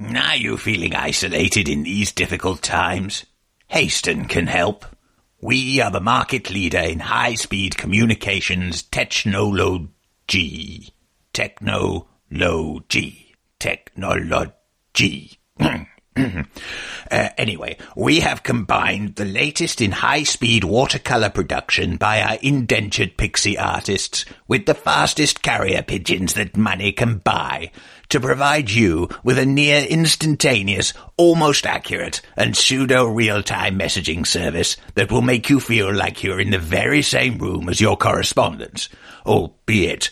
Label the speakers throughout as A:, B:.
A: Are you feeling isolated in these difficult times? Hayston can help. We are the market leader in high-speed communications technology. Technology. Technology. Uh, anyway, we have combined the latest in high speed watercolour production by our indentured pixie artists with the fastest carrier pigeons that money can buy to provide you with a near instantaneous, almost accurate, and pseudo real time messaging service that will make you feel like you're in the very same room as your correspondents, albeit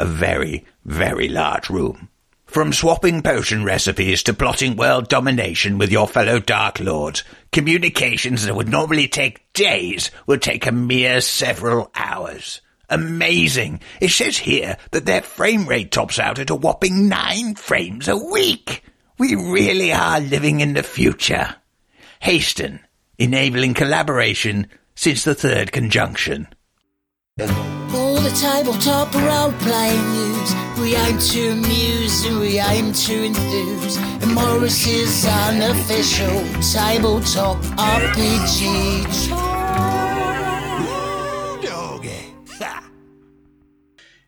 A: a very, very large room. From swapping potion recipes to plotting world domination with your fellow Dark Lords, communications that would normally take days will take a mere several hours. Amazing! It says here that their frame rate tops out at a whopping nine frames a week! We really are living in the future. Hasten, enabling collaboration since the third conjunction.
B: All the tabletop role playing news. We aim to amuse and we aim to enthuse. And Morris's unofficial tabletop RPG.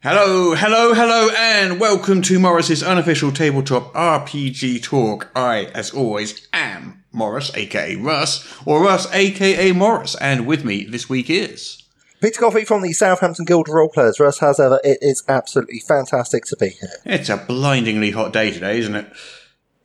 C: Hello, hello, hello, and welcome to Morris's unofficial tabletop RPG talk. I, as always, am Morris, aka Russ, or Russ, aka Morris, and with me this week is.
D: Peter Coffey from the Southampton Guild of Roleplayers. Russ, as ever, it is absolutely fantastic to be here.
C: It's a blindingly hot day today, isn't it?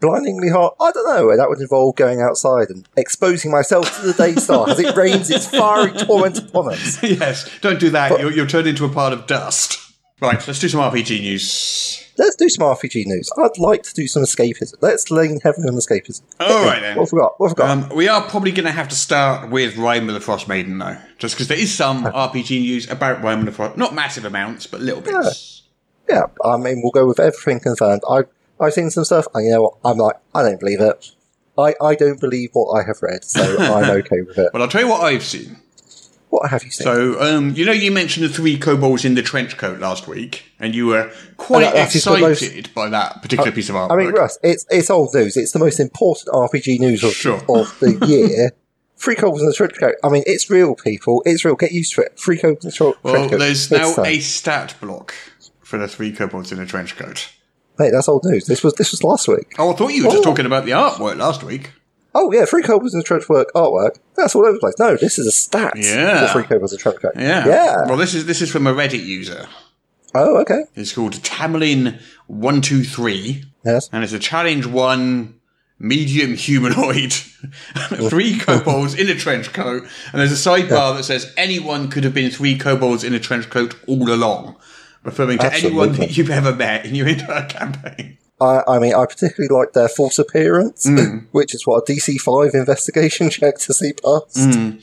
D: Blindingly hot. I don't know. That would involve going outside and exposing myself to the day star as it rains its fiery torrent upon us.
C: yes, don't do that. you'll, you'll turn into a pile of dust. Right, let's do some RPG news.
D: Let's do some RPG news. I'd like to do some escapism. Let's lean heavily on escapism.
C: All right then.
D: What have we got? What have we got?
C: Um, we are probably going to have to start with Rhyme of the Frost Maiden, though, just because there is some RPG news about Rhyme of the Frost. Not massive amounts, but little bits.
D: yeah, I mean, we'll go with everything confirmed. I, I've seen some stuff, and you know what? I'm like, I don't believe it. I, I don't believe what I have read, so I'm okay with it.
C: But I'll tell you what I've seen.
D: What have you seen?
C: So, um, you know, you mentioned the three kobolds in the trench coat last week, and you were quite
D: that- that's just the
C: excited
D: most-
C: by that particular piece of artwork.
D: I mean, Russ, it's it's old news. It's the most important RPG news of,
C: Sure.
D: of the year. Free Cobles and the Trench Coat. I mean, it's real, people. It's real. Get used to it. Free Cobles and the Trench
C: well,
D: Coat.
C: there's
D: Big
C: now
D: stuff.
C: a stat block for the three kobolds in a trench coat.
D: Mate, that's old news. This was this was last week.
C: Oh, I thought you were just
D: Oh.
C: talking about the artwork last week.
D: Oh, yeah, Free Cobles and the Trench Work artwork. That's all over the place. No, this is a stat
C: Yeah.
D: for Free Cobles and the Trench Coat.
C: Yeah.
D: Yeah.
C: Well, this is this is from a Reddit user.
D: oh, okay.
C: It's called Tamerlane One Two Three,
D: Yes.
C: and it's a challenge one medium humanoid, three kobolds in a trench coat, and there's a sidebar that says anyone could have been three kobolds in a trench coat all along, referring to anyone
D: Absolutely.
C: that you've ever met in your entire campaign.
D: I, I mean, I particularly liked their false appearance, which is what a DC5 investigation check to see past.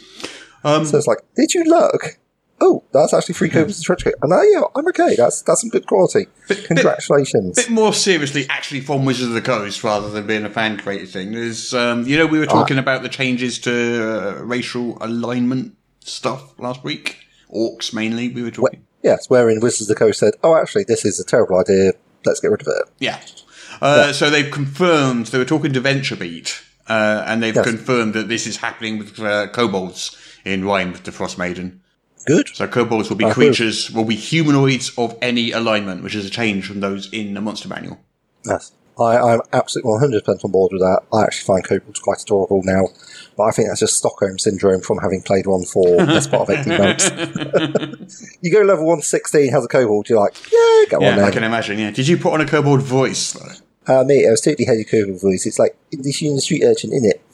D: so it's like, did you look? Oh, that's actually free copies of trench coat. And I, yeah, I'm okay. That's that's some good quality. Congratulations.
C: bit more seriously, actually, from Wizards of the Coast rather than being a fan created thing. There's, um, you know, we were talking about the changes to uh, racial alignment stuff last week. Orcs mainly, we were talking.
D: yes, wherein Wizards of the Coast said, oh, actually, this is a terrible idea. Let's get rid of it.
C: Yeah. Uh, So they've confirmed, they were talking to VentureBeat, uh, and they've
D: Yes.
C: confirmed that this is happening with uh, kobolds in Rhyme with the Frost Maiden.
D: Good.
C: So kobolds will be
D: Uh-huh.
C: creatures, will be humanoids of any alignment, which is a change from those in the Monster Manual.
D: Yes. I, I'm absolutely 100% on board with that. I actually find kobolds quite adorable now, but I think that's just Stockholm syndrome from having played one for the best part of 18 months. you go level 116, has a kobold, you're like, yeah, go
C: Yeah,
D: on then.
C: I can imagine, yeah. Did you put on a kobold voice, though?
D: Uh, me, it was totally Haley Koval voice. It's like this union street urchin in it.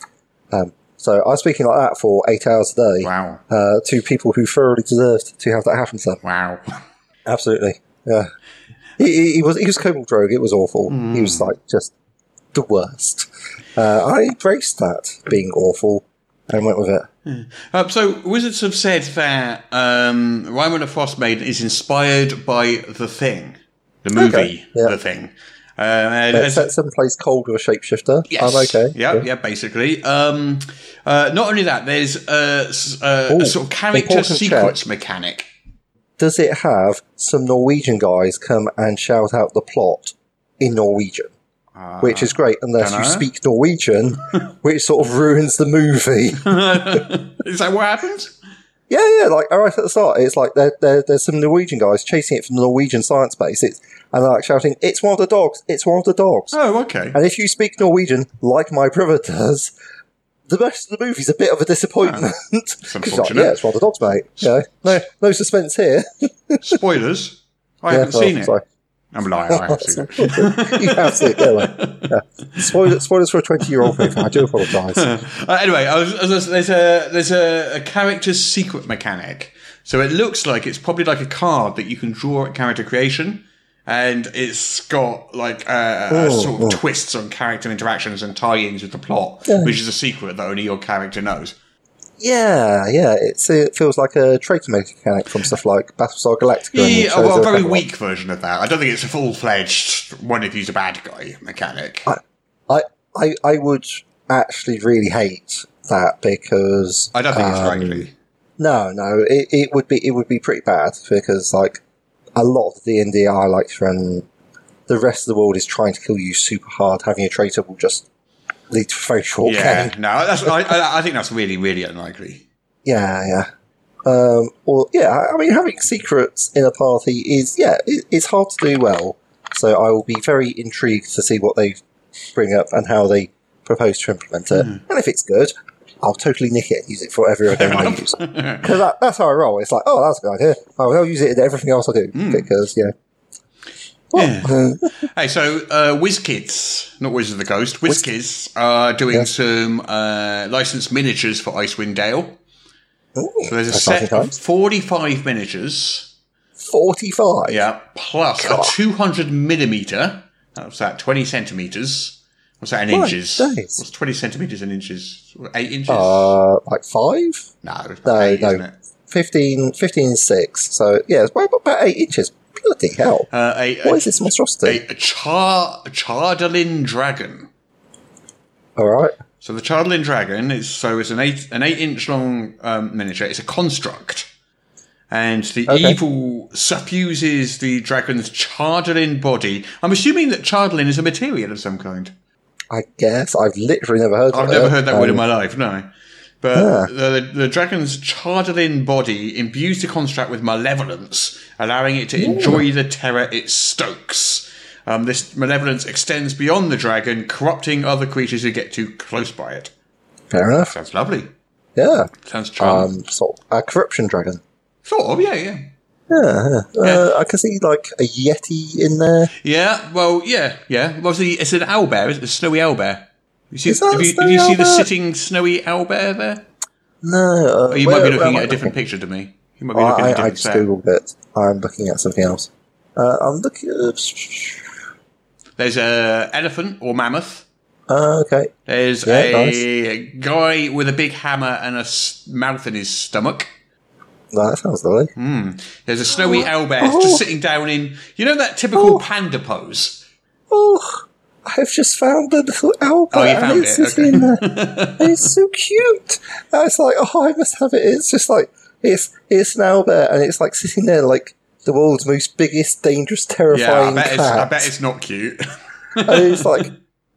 D: Um, so I was speaking like that for eight hours a day
C: Wow.
D: uh, to people who thoroughly deserved to have that happen to them.
C: Wow.
D: Absolutely, yeah. He, he, he was he was Kobold Rogue. It was awful. He was like just the worst. Uh, I embraced that being awful and went with it.
C: Uh, so wizards have said that um, Rhyme of the Frost Maiden is inspired by The Thing, the movie
D: Okay, yeah.
C: The Thing. Uh, and-
D: It set someplace cold with a shapeshifter.
C: Yes.
D: I'm Oh, okay.
C: Yeah, yeah, basically. Um, uh, not only that, there's a, s- uh, a- a
D: Ooh,
C: sort of character
D: important
C: secrets mechanic.
D: Does it have some Norwegian guys come and shout out the plot in Norwegian?
C: Ah.
D: which is great unless you
C: dunno.
D: speak Norwegian, which sort of ruins the movie.
C: Is that what happens?
D: Yeah, yeah. Like right at the start, it's like there, there, there's some Norwegian guys chasing it from the Norwegian science base. It's and they're like shouting, "It's one of the dogs! It's one of the dogs!"
C: Oh, okay.
D: And if you speak Norwegian, like my brother does, the rest of the movie's a bit of a disappointment. 'Cause you're like,
C: unfortunate.
D: yeah, it's one of the dogs, mate. You know, no, no suspense here.
C: Spoilers. I
D: Yeah,
C: haven't
D: well,
C: seen it.
D: sorry.
C: I'm lying. I have seen it.
D: you have seen it. Yeah, like, yeah. Spoiler, spoilers for a twenty-year-old movie. I do apologise.
C: Uh, anyway, I was, I was- there's a there's a, a character's secret mechanic. So it looks like it's probably like a card that you can draw at character creation, and it's got like uh, uh,
D: Oh,
C: sort of
D: oh.
C: twists on character interactions and tie-ins with the plot, which is a secret that only your character knows.
D: yeah, yeah. It's, it feels like a traitor mechanic from stuff like Battlestar Galactica. and
C: Yeah, oh,
D: Shadows
C: well, a
D: of
C: very
D: Camelot.
C: weak version of that. I don't think it's a full-fledged one if he's a bad guy mechanic. I,
D: I, I, I would actually really hate that because
C: don't think it's
D: um,
C: likely.
D: No, no, it, it would be it would be pretty bad because like a lot of the D I like from the rest of the world is trying to kill you super hard. Having a traitor will just lead to a very short
C: Yeah,
D: game.
C: no, that's, I, I, I think that's really, really unlikely.
D: Yeah, yeah. Um, or yeah, I- I mean, having secrets in a party is yeah, it, it's hard to do well. So I will be very intrigued to see what they bring up and how they propose to implement it.
C: Hmm.
D: And if it's good, I'll totally nick it and use it for every other game I use. Because that, that's how I roll. It's like, oh, that's a good idea. I will use it in everything else I do
C: Hmm.
D: because yeah. Well, uh,
C: Hey, so uh, WizKids, not Wizards of the Coast, WizKids are doing some uh, licensed miniatures for Icewind Dale.
D: ooh,
C: So there's a
D: exciting
C: set of
D: times.
C: 45 miniatures,
D: Forty-five.
C: yeah, plus a 200 millimeter, what's that, 20 centimeters? What's that in
D: My
C: inches?
D: days.
C: What's 20 centimeters in inches? Eight inches?
D: Uh, like five.
C: no, it's
D: No,
C: eight,
D: no.
C: isn't it?
D: 15, 15 and 6. So, yeah, it's about, about 8 inches. Bloody hell.
C: Uh, a,
D: what
C: a,
D: is this monstrosity?
C: a, a char, a Chardalin dragon.
D: All right.
C: So the Childlin Dragon is so it's an eight an eight inch long um, miniature. It's a construct, and the
D: Okay.
C: evil suppuses the dragon's Chardlin body. I'm assuming that Chardlin is a material of some kind.
D: I guess. I've literally never heard
C: I've
D: of
C: never
D: it.
C: heard that word in
D: Um,
C: my life. No. But the, the dragon's Chardlin body imbues the construct with malevolence, allowing it to enjoy the terror it stokes. Um, this malevolence extends beyond the dragon, corrupting other creatures who get too close by it.
D: Fair enough.
C: Sounds lovely.
D: Yeah.
C: Sounds charming.
D: Um, sort of a corruption dragon.
C: sort of, yeah, yeah.
D: Yeah, yeah. Uh, I can see, like, a Yeti in there.
C: Yeah, well, yeah, yeah. Well, Obviously, it's an owlbear, isn't it? A snowy owlbear. You see,
D: Is that
C: have
D: a
C: you,
D: snowy
C: do you see the
D: owlbear?
C: sitting snowy owlbear there?
D: No. Uh,
C: Or you might be looking at a different picture to me. You might be looking
D: I,
C: at a
D: I, I
C: different
D: just
C: set.
D: googled it. I'm looking at something else. Uh, I'm looking at.
C: There's a elephant or mammoth.
D: Uh, okay.
C: There's
D: Yeah,
C: a guy with a big hammer and a s- mouth in his stomach.
D: That sounds lovely.
C: There's a snowy owlbear
D: Oh.
C: just sitting down in, you know, that typical panda pose.
D: Oh, I've just found the little owl.
C: Oh, you
D: and
C: found
D: it's
C: it,
D: just
C: okay.
D: in there. And it's so cute. I was like, oh, I must have it. It's just like it's it's an owl bear, and it's like sitting there like the world's most biggest, dangerous,
C: Yeah, I
D: terrifying
C: bet,
D: cat.
C: it's, I bet it's not cute.
D: and it's like,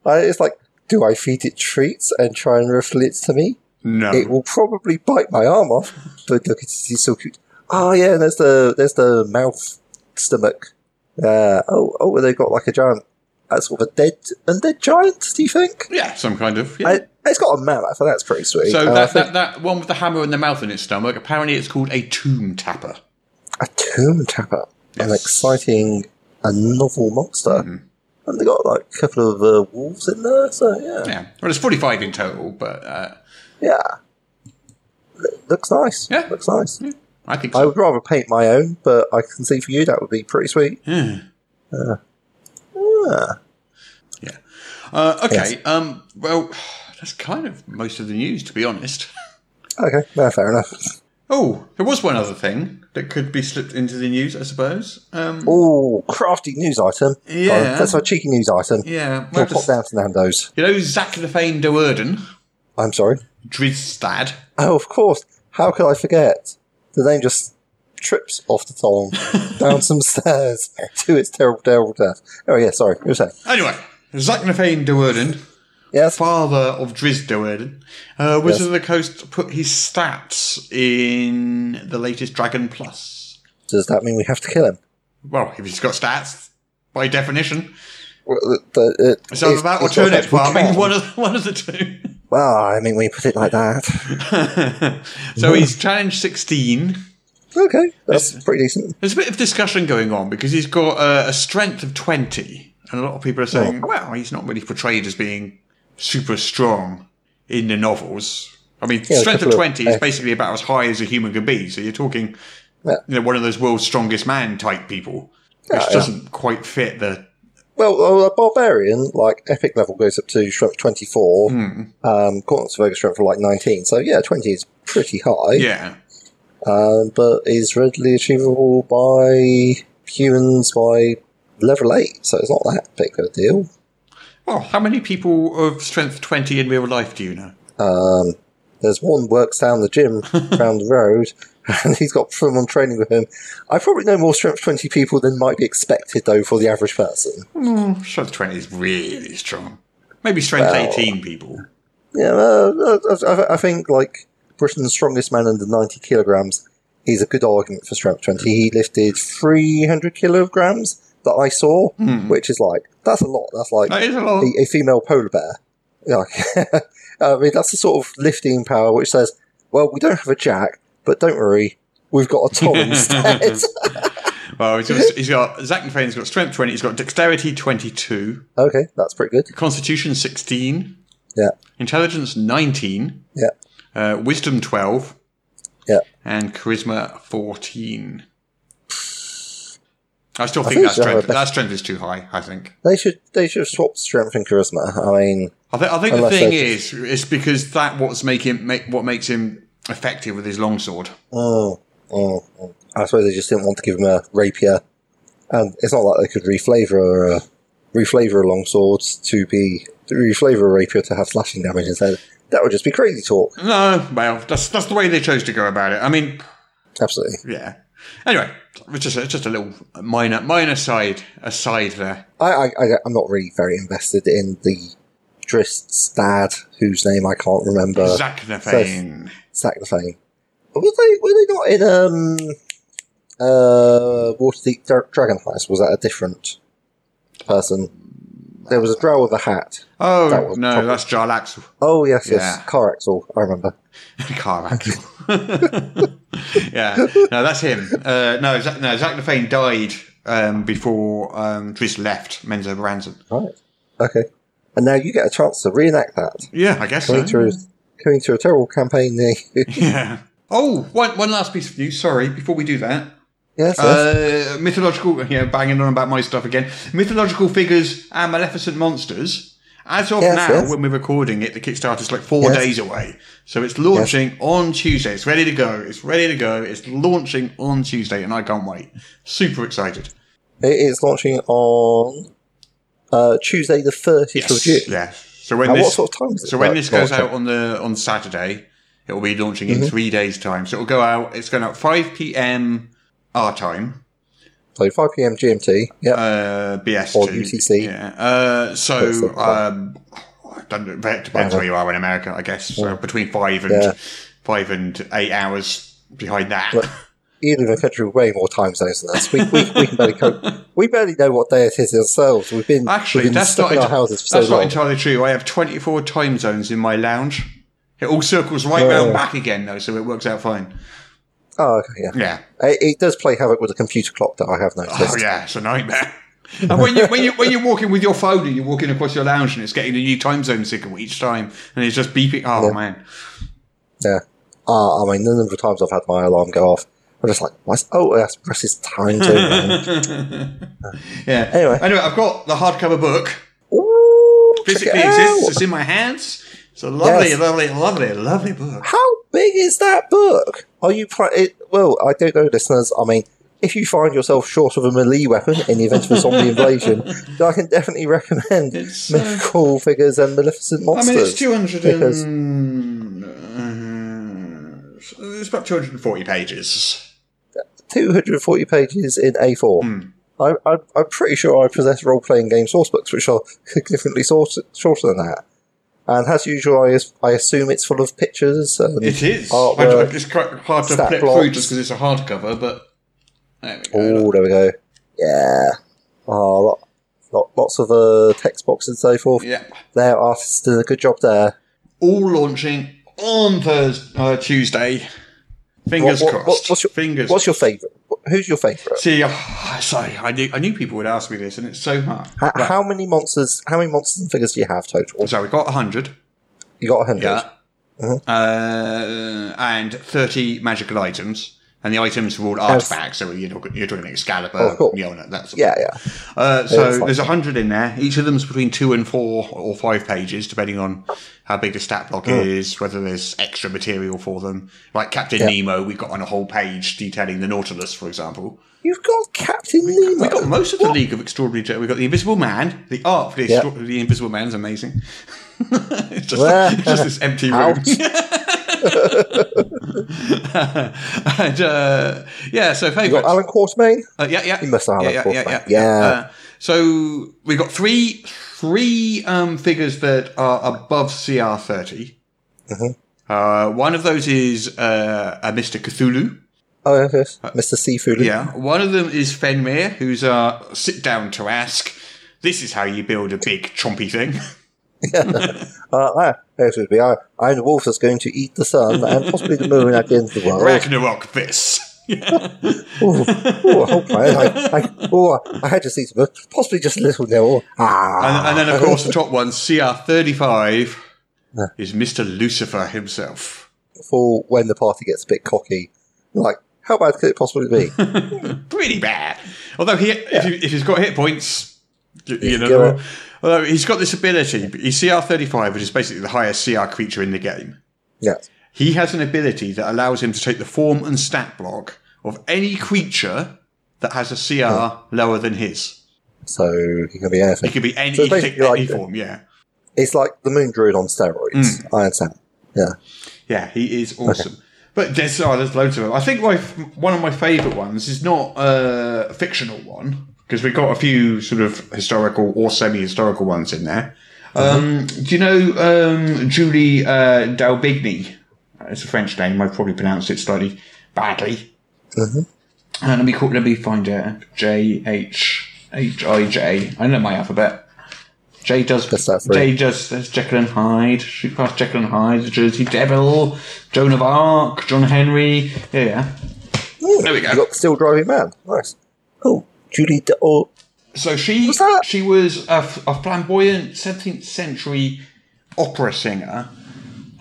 D: I, it's like, do I feed it treats and try and ruffle its tummy?
C: no.
D: It will probably bite my arm off. But look, it's, it's so cute. Oh yeah, and there's the there's the mouth stomach. Uh, oh oh, and they've got like a giant, uh, sort of a dead undead giant. Do you think?
C: yeah, some kind of. Yeah.
D: I, it's got a mammoth, and that's pretty sweet.
C: So
D: And I
C: that,
D: think
C: that, that one with the hammer and the mouth in its stomach, apparently it's called a tomb tapper.
D: a tomb tapper, an
C: Yes. Mm-hmm.
D: exciting, a novel monster, and they got like a couple of uh, wolves in there. So yeah,
C: Yeah. Well, it's 45 in total, but uh,
D: yeah, L- looks nice.
C: Yeah.
D: looks nice.
C: I think
D: I
C: so.
D: would rather paint my own, but I can see for you that would be pretty sweet.
C: Yeah.
D: Ah.
C: yeah. Uh, okay.
D: Yes.
C: Um, well, that's kind of most of the news, to be honest.
D: Okay, no, fair enough.
C: Oh, there was one other thing that could be slipped into the news, I suppose. Um,
D: Oh, crafty news item.
C: Yeah.
D: Oh, that's our cheeky news item.
C: yeah.
D: We'll
C: Well,
D: pop
C: just,
D: down to Nando's.
C: you know, Zach Lefane de Worden,
D: I'm sorry.
C: Drizstad.
D: Oh, of course. How could I forget? The name just trips off the tongue down some stairs to its terrible, terrible death. Oh, yeah, sorry. You were saying.
C: Anyway, Zack Nefane de Worden,
D: Yes.
C: father of Driz de Worden, uh, Wizard
D: Yes.
C: of the Coast put his stats in the latest Dragon Plus.
D: Does that mean we have to kill him?
C: Well, if he's got stats, by definition,
D: Well, the- the- it-
C: it's either
D: it's-
C: that or
D: it's not
C: turn it
D: that we
C: farming.
D: can.
C: One of one of the two.
D: Well, I mean, when you put it like that.
C: so he's challenge sixteen.
D: Okay, that's pretty decent.
C: There's a bit of discussion going on because he's got a, a strength of 20, and a lot of people are saying, well, he's not really portrayed as being super strong in the novels. I mean,
D: a
C: strength of
D: couple of-
C: 20 is
D: uh,
C: basically about as high as a human can be, so you're talking
D: Yeah.
C: you know, one of those world's strongest man type people, which
D: yeah.
C: doesn't quite fit the.
D: Well, well, a barbarian, like epic level, goes up to strength 24. Um, Cornet's Vegas strength for like 19. So, yeah, 20 is pretty high,
C: Yeah.
D: um, but is readily achievable by humans by level 8. So, it's not that big of a deal.
C: Well, how many people of strength 20 in real life do you know?
D: There's one works down the gym down the road, and he's got someone training with him. I probably know more strength 20 people than might be expected, though, for the average person.
C: Strength 20 is really strong. Maybe strength 18 people.
D: Yeah, uh, I, I- I think like Britain's strongest man under 90 kilograms is a good argument for strength 20. He lifted 300 kilograms that I saw, which is like, that's a lot. That's like
C: Hmm. That is a lot.
D: a, a female polar bear. Like, I mean, that's the sort of lifting power which says, well, we don't have a jack, but don't worry, we've got a Tom instead.
C: Well, he's got, he's got Zach McFane's got strength twenty. He's got dexterity twenty-two,
D: okay, that's pretty good.
C: constitution sixteen,
D: Yeah,
C: intelligence nineteen,
D: yeah,
C: uh, wisdom twelve,
D: yeah.
C: and charisma fourteen. I still think,
D: think
C: that
D: so,
C: strength
D: but-
C: that strength is too high. I think.
D: They should they should have swapped strength and charisma. I mean,
C: I, th- I think the
D: Unless
C: thing
D: they
C: is, it's because that what's making make, what makes him effective with his longsword.
D: Mm, mm, mm. I suppose they just didn't want to give him a rapier, and it's not like they could reflavor a reflavor a longsword to be to reflavor a rapier to have slashing damage instead. That would just be crazy talk.
C: No, well, that's that's the way they chose to go about it. I mean,
D: Absolutely.
C: yeah. Anyway, it's just a, just a little minor minor side aside there.
D: I, I, I I'm not really very invested in the Drist's dad, whose name I can't remember.
C: Zach Nefane.
D: Zack the Fane. Were they were they not in um uh Waterdeep Dra- Dragonflies? Was that a different person? There was a drow with a hat.
C: Oh
D: That was
C: no,
D: probably-
C: that's Jarlax
D: Oh yes, yes,
C: Yeah.
D: car axle. I remember.
C: car accident. yeah, no, that's him. Uh, no, Zach, no, Zach Nefane died um, before um, Driss left Menzo Branson.
D: Right. Okay. And now you get a chance to reenact that
C: Yeah, I guess so.
D: going through going through a terrible campaign. Near you.
C: Yeah. Oh, one one last piece of news. Sorry, before we do that.
D: yes. yes.
C: Uh, mythological, yeah, banging on about my stuff again. Mythological figures and maleficent monsters. As of
D: Yes,
C: now,
D: yes.
C: when we're recording it, the Kickstarter's like four
D: Yes.
C: days away. So it's launching on Tuesday. It's ready to go. It's ready to go. It's launching on Tuesday, and I can't wait. Super excited.
D: it is launching on uh, Tuesday, the thirtieth of June.
C: Yeah. So when
D: Now,
C: this
D: what sort of time is it?
C: so when
D: Like,
C: this goes
D: launching?
C: out on the on Saturday, it will be launching
D: Mm-hmm.
C: in three days' time. So it'll go out. It's going out five p.m. our time.
D: So five p.m. GMT. Yeah.
C: uh, BS
D: Or
C: to-
D: UTC.
C: Yeah. Uh,
D: That's
C: so
D: it.
C: um, I don't know, it depends where you are in America, I guess. So between five and
D: Yeah.
C: five and eight hours behind that.
D: you live in a country with way more time zones than us. We, we, we can barely cope. We barely know what day it is ourselves. We've been
C: Actually,
D: we've been
C: that's not
D: stuck in our
C: enti-
D: houses for so
C: that's not
D: long.
C: entirely true. I have twenty four time zones in my lounge. It all circles right round back again though, so it works out fine.
D: oh, okay, yeah.
C: Yeah.
D: It, it does play havoc with the computer clock that I have noticed.
C: Oh yeah, it's a nightmare. and when you when you when you're walking with your phone and you're walking across your lounge and it's getting a new time zone signal each time and it's just beeping. Oh man.
D: Yeah. Ah, I mean, the number of times I've had my alarm go off, I'm just like, why's, oh, that's Russ's time zone.
C: Yeah.
D: Anyway.
C: Anyway, I've got the hardcover book.
D: Ooh, check it
C: physically exists.
D: out.
C: It's in my hands. It's a lovely,
D: Yes.
C: lovely, lovely, lovely book.
D: How big is that book? Are you pl- it, Well, I don't know, listeners. I mean, if you find yourself short of a melee weapon in the event of a zombie invasion, then I can definitely recommend
C: It's, uh,
D: Mythical Figures and Maleficent
C: I
D: Monsters.
C: mean, it's 200
D: because-
C: and... uh, It's about 240 pages. Hmm.
D: 240 pages in A4. I, I, I'm pretty sure I possess role playing game sourcebooks, which are significantly shorter, shorter than that. And as usual, I, as- I assume it's full of pictures. And
C: It is. I, I,
D: Artwork.
C: it's quite hard to
D: stat
C: flip through
D: blocks.
C: just because it's a hardcover, but there we go.
D: Oh, there we go. Yeah. Oh, lot, lot, lots of uh, text boxes and so forth.
C: Yeah.
D: Their artists did a good job there.
C: All launching on Thursday, uh, Tuesday. Fingers
D: What- what-
C: crossed.
D: what- what's your,
C: Fingers.
D: What's your favourite? Wh- Who's your favourite?
C: See, oh, sorry, I knew, I knew people would ask me this, and it's so hard.
D: How, how many monsters? How many monsters and figures do you have total?
C: So we got 100.
D: You got hundred.
C: Yeah.
D: Uh-huh.
C: Uh, and 30 magical items. And the items were all artifacts, so you're talking, you're talking Excalibur,
D: Of course.
C: Mjolnir, that sort of
D: Oh, yeah, yeah.
C: Uh,
D: that's
C: so
D: fine.
C: there's a hundred in there. Each of them's between two and four or five pages, depending on how big the stat block
D: Hmm.
C: is, whether there's extra material for them. Like Captain Nemo, we got on a whole page detailing the Nautilus, for example.
D: You've got Captain Nemo.
C: We got most of the League of Extraordinary Gentlemen. We got the Invisible Man. The art for the,
D: Yeah.
C: Extra- the Invisible Man is amazing. it's, just,
D: Well,
C: it's just this empty room.
D: Ouch.
C: and, uh, yeah, so
D: You got
C: favourites.
D: Alan Quatermain.
C: Uh, yeah, yeah.
D: You must have had
C: yeah,
D: that
C: yeah,
D: before,
C: yeah,
D: mate. Yeah.
C: Uh, so we got three three um, figures that are above CR 30
D: Mm-hmm.
C: Uh, one of those is uh, a Mr. Cthulhu.
D: Oh yes, yes. Mr. Seafood.
C: Uh, Yeah. One of them is Fenrir, who's uh, sit down to ask. This is how you build a big chompy thing.
D: Uh, I, it would be I. I'm the wolf that's going to eat the sun and possibly the moon at the end of the world.
C: Ragnarok this.
D: Ooh, ooh, Oh, I hope I, I, I, ooh, I had to see some, possibly just a little nil.
C: And,
D: Ah,
C: and then, of course, the top one, CR 35, is Mr. Lucifer himself.
D: for when the party gets a bit cocky. Like, how bad could it possibly be?
C: pretty bad. Although he, if, he, if he's got hit points, you, you
D: go
C: know,
D: on.
C: although he's got this ability, but he's CR thirty five, which is basically the highest CR creature in the game.
D: yeah.
C: He has an ability that allows him to take the form and stat block of any creature that has a CR lower than his.
D: So he can be anything.
C: It could be any,
D: So
C: he could take
D: basically
C: any
D: like-
C: form. Yeah,
D: It's like the moon druid on steroids.
C: Mm.
D: I understand. Yeah.
C: yeah, he is awesome. But there's oh, there's loads of them. I think my f- one of my favourite ones is not uh, a fictional one because we got a few sort of historical or semi-historical ones in there. Um, do you know um, Julie uh, Dalbigny? It's a French name. I probably pronounced it slightly badly.
D: Mm-hmm.
C: Uh, let me call, let me find it. J H H I J. I know my alphabet. J does
D: That's that
C: J
D: three.
C: does there's Jekyll and Hyde. Shoot past Jekyll and Hyde. The Jersey Devil. Joan of Arc. John Henry. Yeah, yeah.
D: Ooh,
C: There we go.
D: You got still driving man. Nice. Oh, Julie. De- oh,
C: So she
D: What's that?
C: she was a, f- a flamboyant 17th century opera singer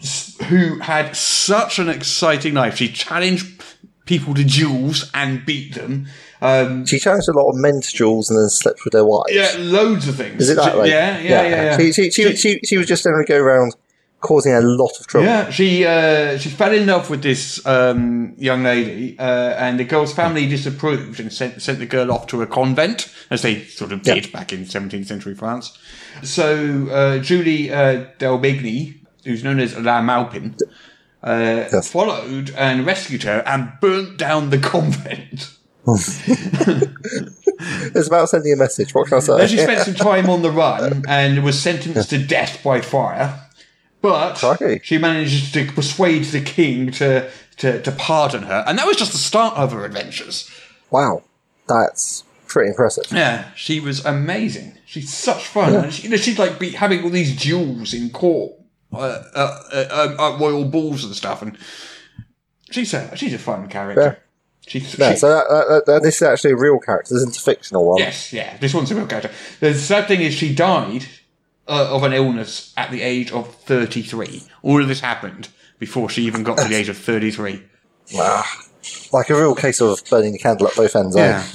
C: s- who had such an exciting life. She challenged people to duels and beat them. Um,
D: she challenged a lot of men's duels and then slept with their wives.
C: yeah, loads of things.
D: Is it that
C: She-
D: way?
C: Yeah, yeah, yeah. yeah.
D: She, she, she, she, she was just generally go around causing a lot of trouble.
C: Yeah, she uh, she fell in love with this um, young lady, uh, and the girl's family disapproved and sent sent the girl off to a convent, as they sort of did back in 17th century France. So uh, Julie uh, Delbigny, who's known as La Maupin, uh,
D: Yes.
C: followed and rescued her and burnt down the convent.
D: It's about sending a message. What can I say?
C: Then she spent some time on the run and was sentenced to death by fire. But
D: Crikey.
C: she managed to persuade the king to, to, to pardon her. And that was just the start of her adventures.
D: wow, that's pretty impressive.
C: Yeah, she was amazing. She's such fun. And she, you know, she'd like be having all these duels in court, uh, uh, uh, um, at royal balls and stuff. And she's a, she's a fun character. She's,
D: Yeah,
C: she-
D: so that, that, that, this is actually a real character. This isn't a fictional one.
C: Yes, yeah. This one's a real character. The sad thing is she died uh, of an illness at the age of 33. All of this happened before she even got to the age of 33.
D: Like a real case of burning the candle at both ends. eh?
C: Yeah.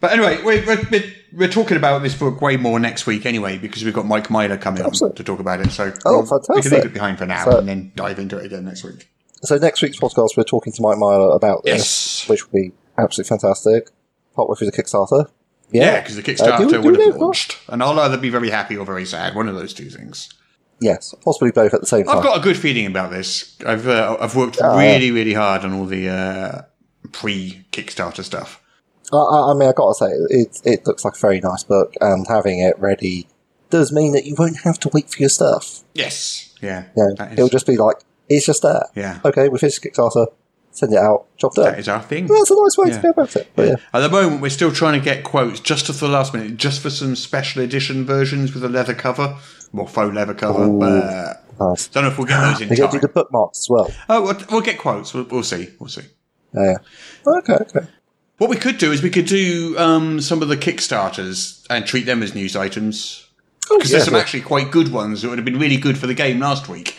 C: But anyway, we're, we're- we're, we're talking about this book way more next week anyway, because we've got Mike Myler coming on
D: Absolutely.
C: to talk about it. So
D: Oh,
C: we can leave
D: fantastic.
C: it behind for now
D: So-
C: and then dive into it again next week.
D: So next week's podcast, we're talking to Mike Myler about
C: Yes.
D: this, which will be absolutely fantastic. Partway through the Kickstarter.
C: Yeah, because the
D: Uh, do-
C: Kickstarter
D: do
C: would
D: that,
C: have
D: huh?
C: launched. And I'll either be very happy or very sad, one of those two things.
D: Yes, possibly both at the same time.
C: I've got a good feeling about this. I've
D: Oh,
C: uh, I've worked really really hard on all the uh, pre Kickstarter stuff.
D: I, I, I mean, I gotta say, it it looks like a very nice book, and having it ready does mean that you won't have to wait for your stuff.
C: Yes. Yeah.
D: You know,
C: That is-
D: it'll just be like it's just there.
C: Yeah.
D: Okay, we finished Kickstarter, send it out, job done.
C: that is our thing.
D: Well, that's a nice way
C: Yeah.
D: to go about it. But yeah.
C: At the moment, we're still trying to get quotes just for the last minute, just for some special edition versions with a leather cover, well, faux leather cover. but
D: nice.
C: don't know if we'll get those in
D: They get
C: time.
D: you the bookmarks as well.
C: Oh, we'll, we'll get quotes. We'll, we'll see. We'll see.
D: Yeah. Okay. Okay.
C: What we could do is we could do um, some of the Kickstarters and treat them as news items
D: Oh,
C: because
D: yeah.
C: there's some actually quite good ones that would have been really good for the game last week.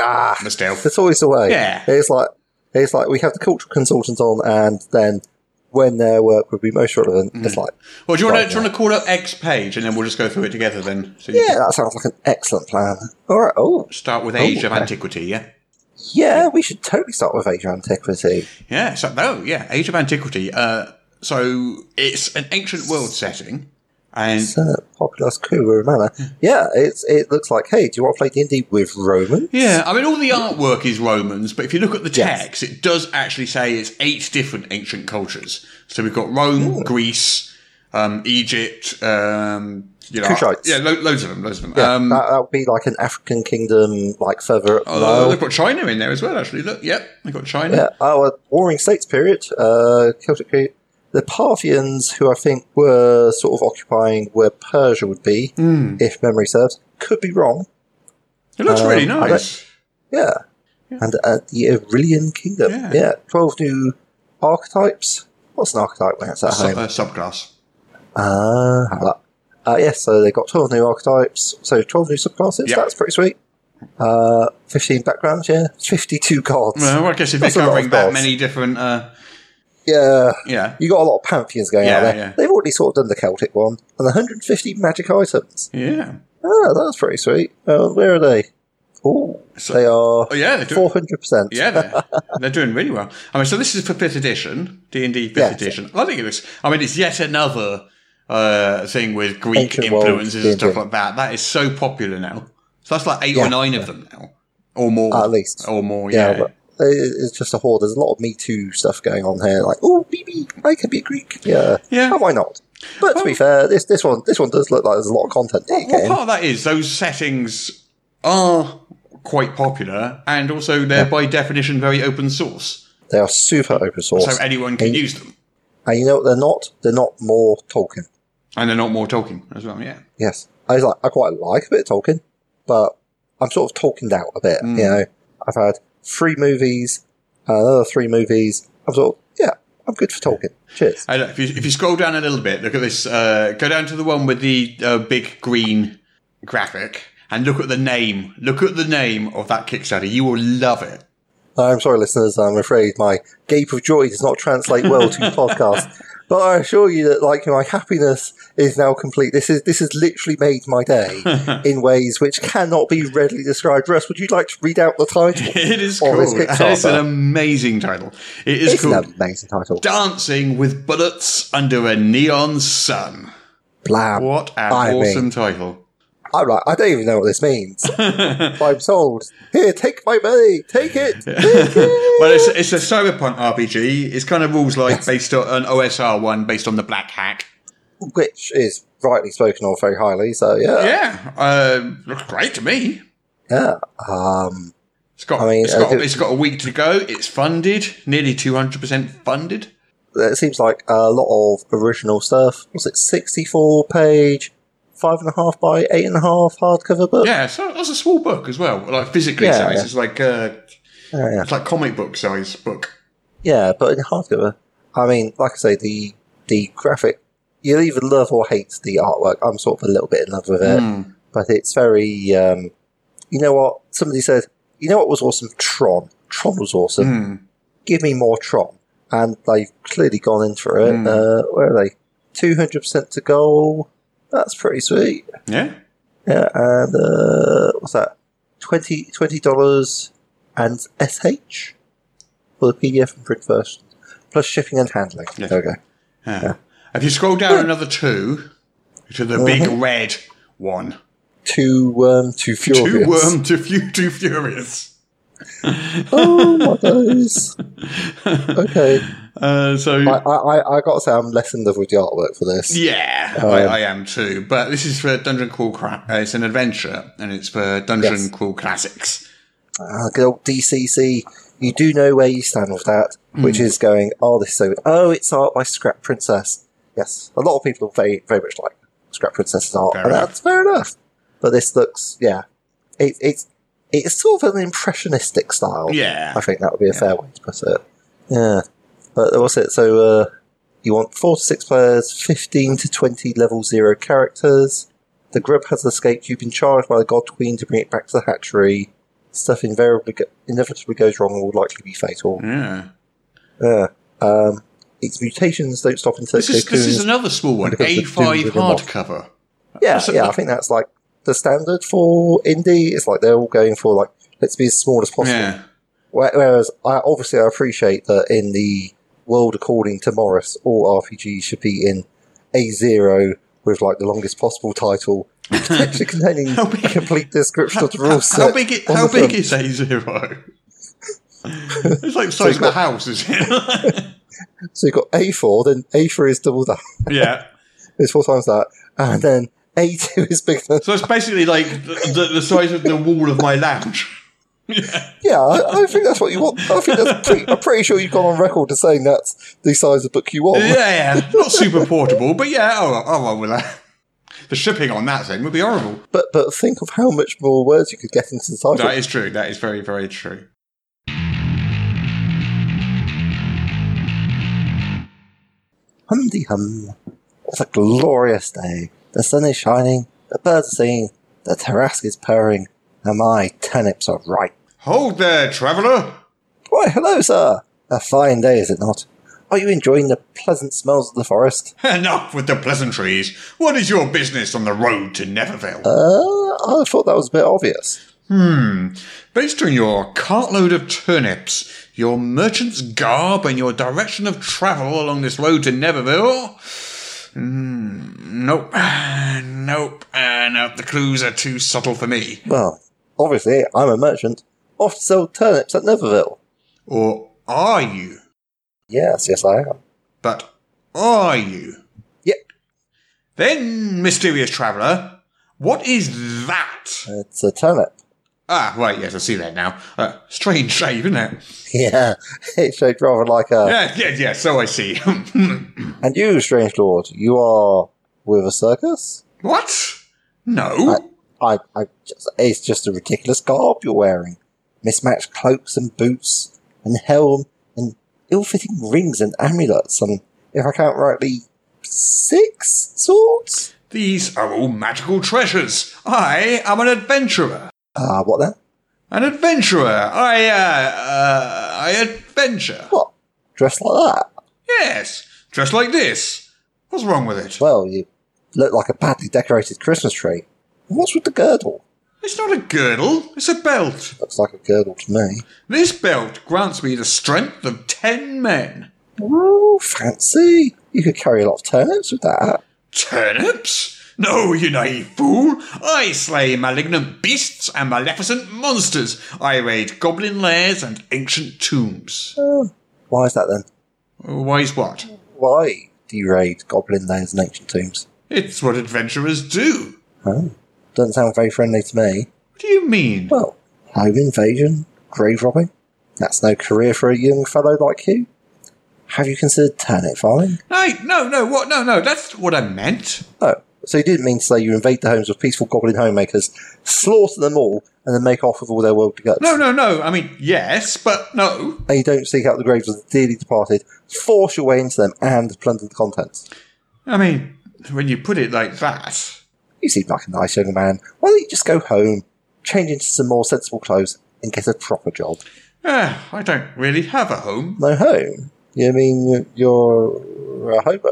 D: Ah,
C: But still,
D: It's always the way.
C: Yeah.
D: It's like it's like we have the cultural consultants on, and then when their work would be most relevant,
C: Mm.
D: it's like,
C: well, do you
D: Right,
C: want to, want to call up X page and then we'll just go through it together then? So you
D: yeah,
C: can
D: that sounds like an excellent plan. All right. Oh,
C: start with Age of
D: okay.
C: Antiquity. Yeah.
D: yeah. We should totally start with Age of Antiquity.
C: Yeah, so oh yeah, Age of Antiquity. Uh, so it's an ancient world setting, and
D: Uh, Populous Kuru Manor. Yeah. It's it looks like hey, do you want to play D and D with Roman?
C: yeah, I mean all the artwork is Romans, but if you look at the
D: Yes.
C: text, it does actually say it's eight different ancient cultures. So we've got Rome, Greece, um, Egypt, um, you know,
D: Kushites.
C: yeah, lo- loads of them, loads of them.
D: Yeah,
C: um,
D: that, that would be like an African kingdom, like further up.
C: although
D: Nile.
C: they've got China in there as well. Actually, look, yep, they've got China.
D: Yeah, our Warring States period, uh, Celtic period, the Parthians, who I think were sort of occupying where Persia would be, if memory serves, could be wrong.
C: It looks really
D: Um, I
C: nice.
D: Yeah. And uh, the Aurelian Kingdom.
C: Yeah.
D: Yeah. 12 new archetypes. What's an archetype when it's at
C: Sub-
D: home?
C: uh, subclass.
D: Ah, how about that? Uh, yes, so they got 12 new archetypes, so 12 new subclasses.
C: Yep.
D: That's pretty sweet. Uh, 15 backgrounds, yeah. 52 gods.
C: Well, I guess if they're
D: That's a lot of
C: covering that
D: gods.
C: many different, uh,
D: Yeah.
C: yeah,
D: You got a lot of pantheons going
C: Yeah,
D: out there.
C: yeah.
D: They've already sort of done the Celtic one and 150 magic items.
C: yeah.
D: Oh, that's pretty sweet. Uh, where are they? Oh,
C: So-
D: they are
C: Oh, yeah, they do.
D: 400. percent
C: Yeah, they're, they're doing really well. I mean, so this is for fifth edition, D and D fifth
D: Yes.
C: edition. I think it looks. I mean, it's yet another uh, thing with Greek
D: Ancient world
C: influences and stuff
D: D&D.
C: like that. That is so popular now. So that's like eight or
D: Yeah.
C: nine of them now, or more,
D: At least.
C: or more.
D: Yeah,
C: oh, Yeah,
D: but it- it's just a horde. There's a lot of Me Too stuff going on here. Like, oh, BB, I can be a Greek. Yeah,
C: Yeah.
D: Oh, why not? But to be fair, this this one this one does look like there's a lot of content here.
C: Well,
D: game.
C: part of that is those settings are quite popular, and also they're by definition very open source,
D: They are super open source,
C: so anyone can use them,
D: and you know what they're not? They're not more Tolkien.
C: and they're not more Tolkien as well. Yeah.
D: Yes, I was like, I quite like a bit of Tolkien, but I'm sort of Tolkiened out a bit. You know, I've had three movies, uh, another three movies. I'm sort of yeah, I'm good for Tolkien. Cheers.
C: I don't, if, you, if you scroll down a little bit, look at this. Uh, go down to the one with the uh, big green graphic and look at the name. Look at the name of that Kickstarter. You will love it.
D: I'm sorry, listeners. I'm afraid my gape of joy does not translate well to podcast. But I assure you that, like, my happiness is now complete. This is this has literally made my day in ways which cannot be readily described. Russ, would you like to read out the title?
C: It is
D: Oh,
C: cool.
D: it's Kickstarter.
C: It's an amazing title. It is
D: It's
C: cool.
D: an amazing title.
C: Dancing with bullets under a neon sun.
D: Blam.
C: What an
D: I mean-
C: awesome title!
D: I'm like, I don't even know what this means. I'm sold. Here, take my money. Take it. Take it.
C: Well, it's, it's a cyberpunk RPG. It's kind of rules like based on an OSR one, based on the Black Hack.
D: Which is rightly spoken of very highly. So yeah,
C: Yeah, uh, looks great to me.
D: yeah. Um,
C: It's got,
D: I mean,
C: it's, got
D: uh, it-
C: it's got a week to go. It's funded, nearly 200% funded.
D: it seems like a lot of original stuff. Was it 64 page, five and a half by eight and a half hardcover book?
C: Yeah, so that's a small book as well. Like physically
D: Yeah,
C: size.
D: yeah.
C: It's like uh,
D: Yeah, yeah.
C: it's like comic book size book.
D: Yeah, but in hardcover, I mean, like I say, the the graphic, you'll either love or hate the artwork. I'm sort of a little bit in love with it, but it's very, um, you know what? Somebody said, you know what was awesome? Tron. Tron was awesome. Give me more Tron, and they've clearly gone in for it. Uh, where are they? Two hundred percent to goal. That's pretty sweet.
C: Yeah.
D: Yeah, and uh, what's that? Twenty twenty dollars and SH for the PDF and print version, plus shipping and handling. There we go.
C: yeah. If you scroll down another two to the big
D: Uh-huh.
C: red one,
D: Two worm, two furious.
C: too worm to few too furious.
D: Oh my days. okay.
C: Uh, so
D: I, I, I- I gotta say, I'm less in love with the artwork for this.
C: yeah,
D: Oh,
C: I, I am too. But this is for Dungeon Crawl. Cra- uh, it's an adventure, and it's for Dungeon
D: Yes.
C: Crawl Classics.
D: Ah, good old DCC. You do know where you stand with that, which is going, oh, this is so, oh, it's art by Scrap Princess. Yes, a lot of people very, very much like Scrap Princess's art,
C: Fair
D: and
C: enough.
D: that's fair enough. But this looks, yeah, it, it's it's sort of an impressionistic style.
C: Yeah.
D: I think that would be a fair way to put it. Yeah, but that was it. So uh, you want four to six players, fifteen to twenty level zero characters. The grub has escaped. You've been charged by the God Queen to bring it back to the hatchery. Stuff invariably go- inevitably goes wrong and will likely be fatal.
C: Yeah,
D: Yeah. Um, its mutations don't stop until
C: this
D: it goes
C: is this is another small one,
D: because the
C: A five
D: Cocoons are not-
C: hardcover.
D: yeah,
C: so-
D: yeah. I think that's like the standard for indie. It's like they're all going for like let's be as small as possible.
C: Yeah,
D: Whe- Whereas, I, obviously, I appreciate that in the world according to Morris, all RPGs should be in a zero with like the longest possible title, potentially containing
C: How big-
D: a complete description of the
C: how,
D: rule
C: how
D: set.
C: big it,
D: on
C: how
D: the
C: big
D: front.
C: is A zero? it's like the size of a house, is it?
D: So you've got A4, then A3 is double that.
C: yeah.
D: It's four times that, and then A2 is bigger than.
C: So it's basically like the, the, the size of the wall of my lounge. Yeah.
D: Yeah, I, I think that's what you want. I think that's. Pretty, I'm pretty sure you've gone on record as saying that's the size of book you want.
C: Yeah, yeah. Not super portable, but yeah, oh, I'll, I'll roll with that. The shipping on that thing would be horrible.
D: But but think of how much more words you could get into the title.
C: That is true. That is very, very true.
D: Humdy hum. It's a glorious day. The sun is shining, the birds are singing, the terrace is purring, and my turnips are ripe.
C: Hold there, traveller.
D: Why, hello, sir! A fine day, is it not? Are you enjoying the pleasant smells of the forest?
C: Enough with the pleasantries. What is your business on the road to Neverville?
D: Uh, I thought that was a bit obvious.
C: Based on your cartload of turnips, your merchant's garb, and your direction of travel along this road to Neverville. Mm, nope. Nope. Uh, nope. The clues are too subtle for me.
D: Well, obviously, I'm a merchant, off to sell turnips at Neverville.
C: Or are you?
D: Yes, yes, I am.
C: But are you?
D: Yep,
C: Then, mysterious traveller, what is that?
D: it's a turnip.
C: Ah, right, yes, I see that now. Uh, strange shape, isn't it?
D: Yeah, it shaped rather like a.
C: Yeah, yeah, yeah, so I see.
D: And you, strange lord, you are with a circus?
C: what? No.
D: I, I just, it's just a ridiculous garb you're wearing. Mismatched cloaks and boots and helm and ill-fitting rings and amulets and, if I count rightly, six swords?
C: These are all magical treasures. I am an adventurer.
D: Ah, what then?
C: An adventurer. I, uh, uh, I adventure.
D: What? Dressed like that?
C: Yes, just like this. What's wrong with it?
D: Well, you look like a badly decorated Christmas tree. And what's with the girdle?
C: It's not a girdle, it's a belt.
D: Looks like a girdle to me.
C: This belt grants me the strength of ten men.
D: Ooh, Oh, fancy. You could carry a lot of turnips with that.
C: Turnips? No, you naive fool! I slay malignant beasts and maleficent monsters. I raid goblin lairs and ancient tombs.
D: Why is that then?
C: Why is what?
D: Why do you raid goblin lairs and ancient tombs?
C: It's what adventurers do.
D: Oh, doesn't sound very friendly to me.
C: What do you mean?
D: Well, home invasion, grave robbing. That's no career for a young fellow like you. Have you considered turnip farming?
C: Hey, no, no, what? No, no, that's what I meant.
D: Oh, so you didn't mean to say you invade the homes of peaceful goblin homemakers, slaughter them all, and then make off with all their worldly goods.
C: No, no, no. I mean, yes, but no.
D: And you don't seek out the graves of the dearly departed, force your way into them, and plunder the contents.
C: I mean, when you put it like that.
D: You seem like a nice young man. Why don't you just go home, change into some more sensible clothes, and get a proper job?
C: Ah, I don't really have a home.
D: No home? You mean you're a hobo?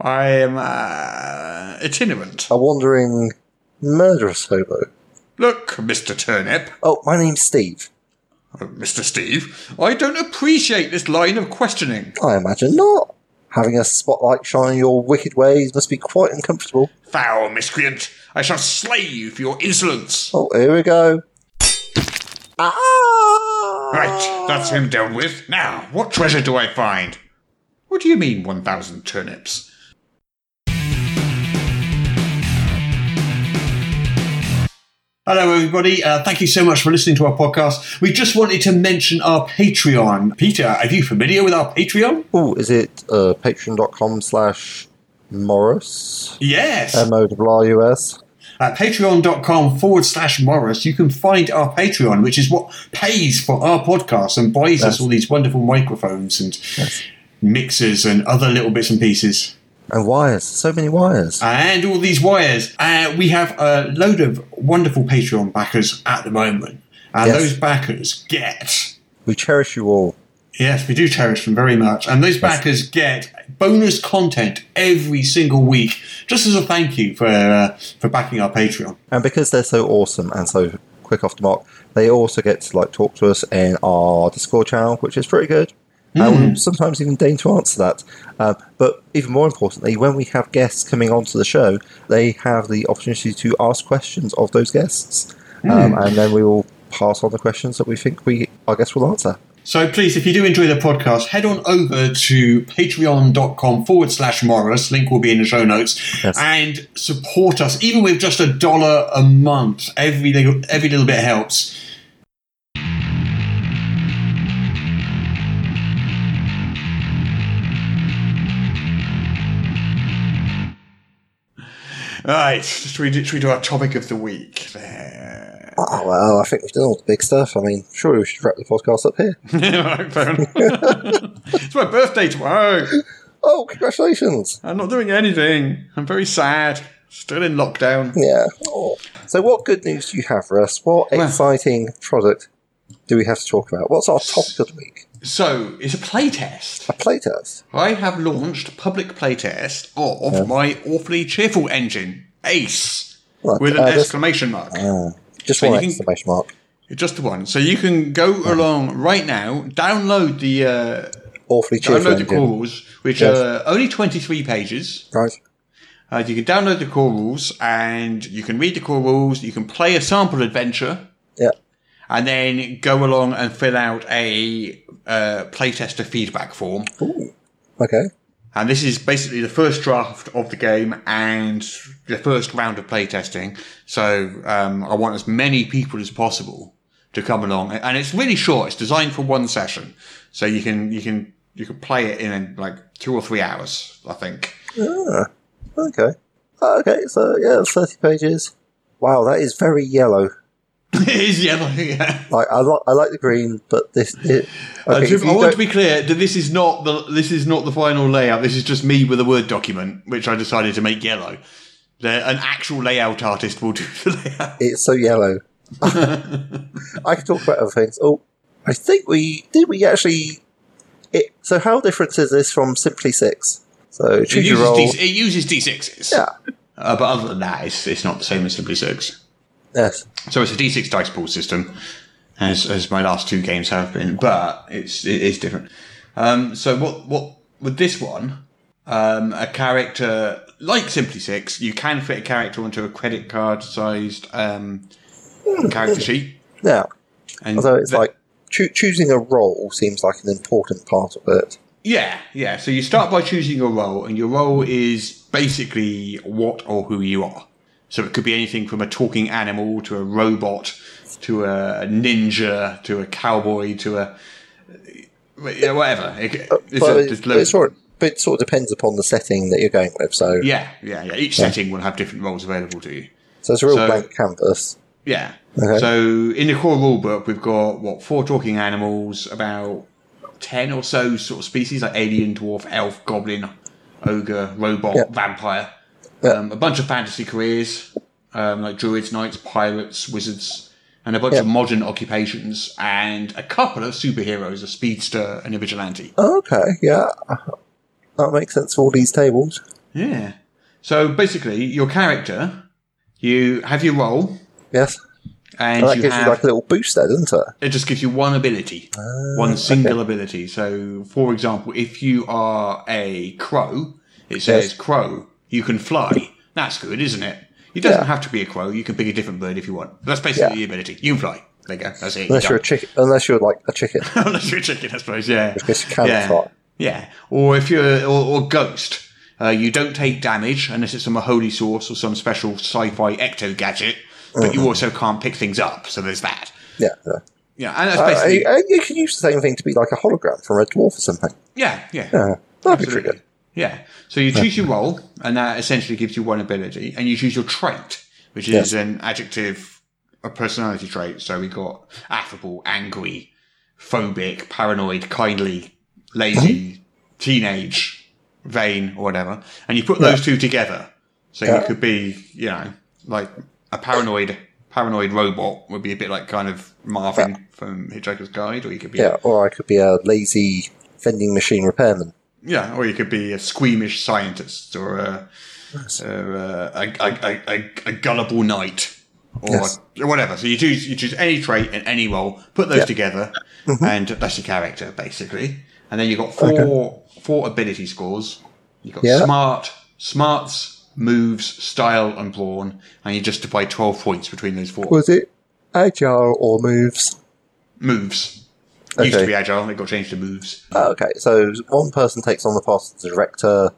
C: I am uh, itinerant.
D: a wandering murderous hobo.
C: Look, Mr. Turnip,
D: Oh, my name's Steve.
C: uh, Mr. Steve, I don't appreciate this line of questioning.
D: I imagine not. Having a spotlight shine on your wicked ways must be quite uncomfortable.
C: Foul miscreant, I shall slay you for your insolence.
D: Oh, here we go. Ah!
C: Right, that's him dealt with. Now, what treasure do I find? What do you mean, 1,000 turnips? Hello, everybody. Uh, thank you so much for listening to our podcast. We just wanted to mention our Patreon. Peter, are you familiar with our Patreon?
D: Oh, is it uh, patreon.com slash Morris?
C: Yes.
D: M O W R U S?
C: at Uh, patreon.com forward slash Morris, you can find our Patreon, which is what pays for our podcast and buys us
D: Yes.
C: all these wonderful microphones and mixers and other little bits and pieces.
D: And wires. So many wires.
C: And all these wires. Uh, we have a load of wonderful Patreon backers at the moment. And
D: Yes.
C: those backers get
D: We cherish you all.
C: Yes, we do cherish them very much. And those backers get bonus content every single week, just as a thank you for uh, for backing our Patreon.
D: And because they're so awesome and so quick off the mark, they also get to like talk to us in our Discord channel, which is pretty good. And we sometimes even deign to answer that. Um, but even more importantly, when we have guests coming onto the show, they have the opportunity to ask questions of those guests. Um, and then we will pass on the questions that we think we our guests will answer.
C: So please, if you do enjoy the podcast, head on over to patreon.com forward slash Morris. Link will be in the show notes.
D: Yes.
C: And support us, even with just a dollar a month. Every little, every little bit helps. Right, should we, do, should we do our topic of the week there?
D: Oh, well, I think we've done all the big stuff. I mean, surely we should wrap the podcast up here.
C: Right, fair enough. it's my birthday tomorrow.
D: Oh, congratulations!
C: I'm not doing anything. I'm very sad. Still in lockdown.
D: Yeah. Oh. So, what good news do you have for us? What exciting product do we have to talk about? What's our topic of the week?
C: So, it's a playtest.
D: A playtest.
C: I have launched a public playtest of my awfully cheerful engine, ACE,
D: Well,
C: with an
D: uh, this- Uh.
C: exclamation mark.
D: Just
C: So
D: one
C: you can-
D: exclamation mark.
C: Just the one. So, you can go along right now, download the, uh,
D: Awfully cheerful.
C: download the core
D: Engine.
C: rules, which
D: Yes.
C: are only 23 pages.
D: Right.
C: Uh, you can download the core rules and you can read the core rules. You can play a sample adventure
D: Yeah.
C: and then go along and fill out a uh, playtester feedback form.
D: Okay.
C: And this is basically the first draft of the game and the first round of playtesting. So um, I want as many people as possible to come along. And it's really short. It's designed for one session, so you can you can you can play it in like two or three hours, I think.
D: Okay. Uh, okay. So yeah, it's thirty pages. Wow, that is very yellow.
C: it is yellow. Yeah.
D: Like I like I like the green, but this. It,
C: Uh,
D: okay, if
C: Jim,
D: you
C: I want
D: don't-
C: to be clear that this is not the this is not the final layout. This is just me with a word document, which I decided to make yellow. The, an actual layout artist will do the layout.
D: It's so yellow. I can talk about other things. Oh, I think we did. We actually. It, so how different is this from Simply Six? So
C: It
D: choose your
C: uses,
D: role.
C: D, it uses d6s.
D: Yeah.
C: Uh, but other than that, it's, it's not the same as Simply Six.
D: Yes.
C: So it's a d6 dice pool system, as as my last two games have been, but it's it is different. Um, so what what with this one, um, a character like Simply Six, you can fit a character onto a credit card sized um, character sheet.
D: Now,
C: And
D: although it's
C: the-
D: like choo- choosing a role seems like an important part of it.
C: yeah, yeah. So you start by choosing your role, and your role is basically what or who you are. So it could be anything from a talking animal to a robot to a ninja to a cowboy to a yeah, whatever. It- Uh, it's
D: but
C: a-
D: it,
C: just
D: but
C: loads-
D: it sort of, but it sort of depends upon the setting that you're going with. So
C: yeah, yeah, yeah. Each setting will have different roles available to you.
D: so it's a real
C: So-
D: blank canvas.
C: Yeah.
D: Okay.
C: So in the core rule book, we've got what four talking animals, about ten or so sort of species like alien, dwarf, elf, goblin, ogre, robot,
D: Yeah.
C: vampire.
D: Yeah.
C: Um, a bunch of fantasy careers um, like druids, knights, pirates, wizards, and a bunch of modern occupations, and a couple of superheroes, a speedster and a vigilante.
D: Oh. Okay, yeah, that makes sense for all these tables.
C: Yeah. So basically, your character, you have your role,
D: Yes,
C: and,
D: and that
C: you
D: gives
C: have
D: you like a little boost there, doesn't it?
C: it just gives you one ability,
D: Ah,
C: one single ability. So, for example, if you are a crow, it says
D: Yes.
C: crow, you can fly. That's good, isn't it? You doesn't
D: Yeah.
C: have to be a crow. You can pick a different bird if you want. That's basically
D: Yeah.
C: the ability. You can fly. There you go. That's it.
D: Unless
C: You're
D: you're a
C: done.
D: chicken, unless you're like a chicken,
C: Unless you're a chicken, I suppose. Yeah.
D: because you can fly.
C: Yeah. Or if you're, or, or Ghost. Uh, you don't take damage unless it's from a holy source or some special sci-fi ecto gadget, but
D: Mm-hmm.
C: you also can't pick things up, so there's that.
D: Yeah. yeah.
C: Yeah, and that's
D: Uh,
C: basically
D: I- I- you could use the same thing to be like a hologram from Red Dwarf or something.
C: yeah, yeah,
D: Yeah, that'd be pretty
C: absolutely.
D: good.
C: Yeah. So you choose your role, and that essentially gives you one ability, and you choose your trait, which is
D: Yes.
C: an adjective, a personality trait. So we got affable, angry, phobic, paranoid, kindly,
D: Mm-hmm.
C: lazy, teenage, vain, or whatever, and you put those two together. So you
D: Yeah.
C: could be, you know, like a paranoid. Paranoid robot would be a bit like kind of Marvin from Hitchhiker's Guide, or you could be
D: Yeah, or I could be a lazy vending machine repairman.
C: Yeah, or you could be a squeamish scientist, or a or a, a, a, a, a gullible knight, or
D: Yes.
C: whatever. So you choose you choose any trait and any role, put those
D: Yeah. Mm-hmm.
C: together, and that's your character basically. And then you've got four four ability scores. You've got
D: Yeah.
C: smart, smarts, moves, style, and brawn, and you just divide twelve points between those four
D: Was it agile or moves?
C: moves. Used
D: Okay.
C: to be agile, they got changed to moves.
D: Oh, okay, so one person takes on the part of the director,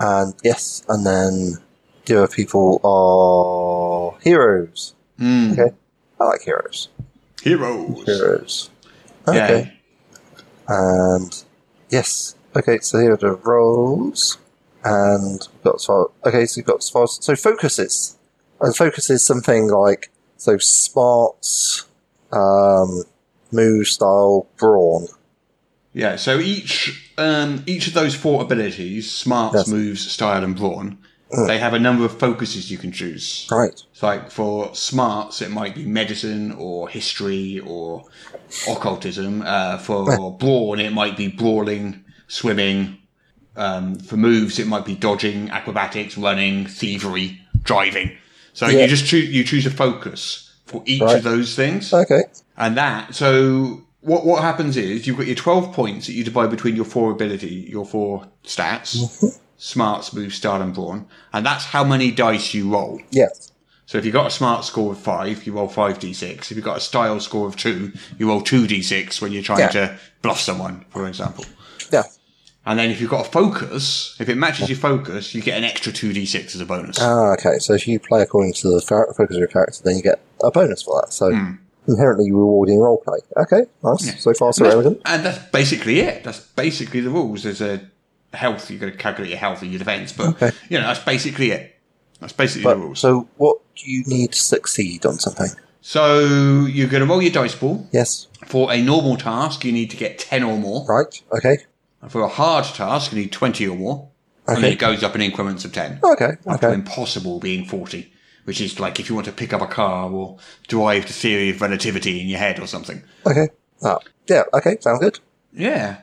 D: and yes, and then the other people are heroes.
C: Hmm.
D: Okay, I like heroes.
C: Heroes.
D: Heroes.
C: Yeah.
D: Okay. And yes, okay. So here are the roles, and we've got so okay. So you've got so, so focuses, and focus is something like so smarts, um, move style, brawn.
C: Yeah, so each um, each of those four abilities, smarts,
D: Yes. Mm.
C: moves, style, and brawn, they have a number of focuses you can choose.
D: Right.
C: So like for smarts, it might be medicine or history or occultism. Uh, for brawn, it might be brawling, swimming. Um, for moves, it might be dodging, acrobatics, running, thievery, driving. So
D: Yeah.
C: you just choose you choose a focus for each of
D: Right.
C: those things.
D: Okay.
C: And that, so what what happens is you've got your twelve points that you divide between your four ability, your four stats, smarts, move, style, and brawn, and that's how many dice you roll.
D: Yes.
C: So if you've got a smart score of five, you roll five d six. If you've got a style score of two, you roll two d six when you're trying
D: Yeah.
C: to bluff someone, for example.
D: Yeah.
C: And then if you've got a focus, if it matches your focus, you get an extra two d six as a bonus.
D: Ah, okay. So if you play according to the char- focus of your character, then you get a bonus for that. So inherently rewarding roleplay. Okay. Nice. So far, so evident.
C: And that's basically it. That's basically the rules. There's a health. You've got to calculate your health and your defense, but you know that's basically it. That's basically the
D: But
C: rules.
D: so, what do you need to succeed on something?
C: So you're going to roll your dice ball.
D: Yes.
C: For a normal task, you need to get ten or more.
D: Right. Okay.
C: And For a hard task, you need twenty or more, and then
D: Okay.
C: it goes up in increments of ten.
D: Oh, Okay.
C: Up to
D: Okay.
C: impossible being forty, which is like if you want to pick up a car or derive the theory of relativity in your head or something.
D: Okay. Ah, yeah. Okay. Sound good.
C: Yeah.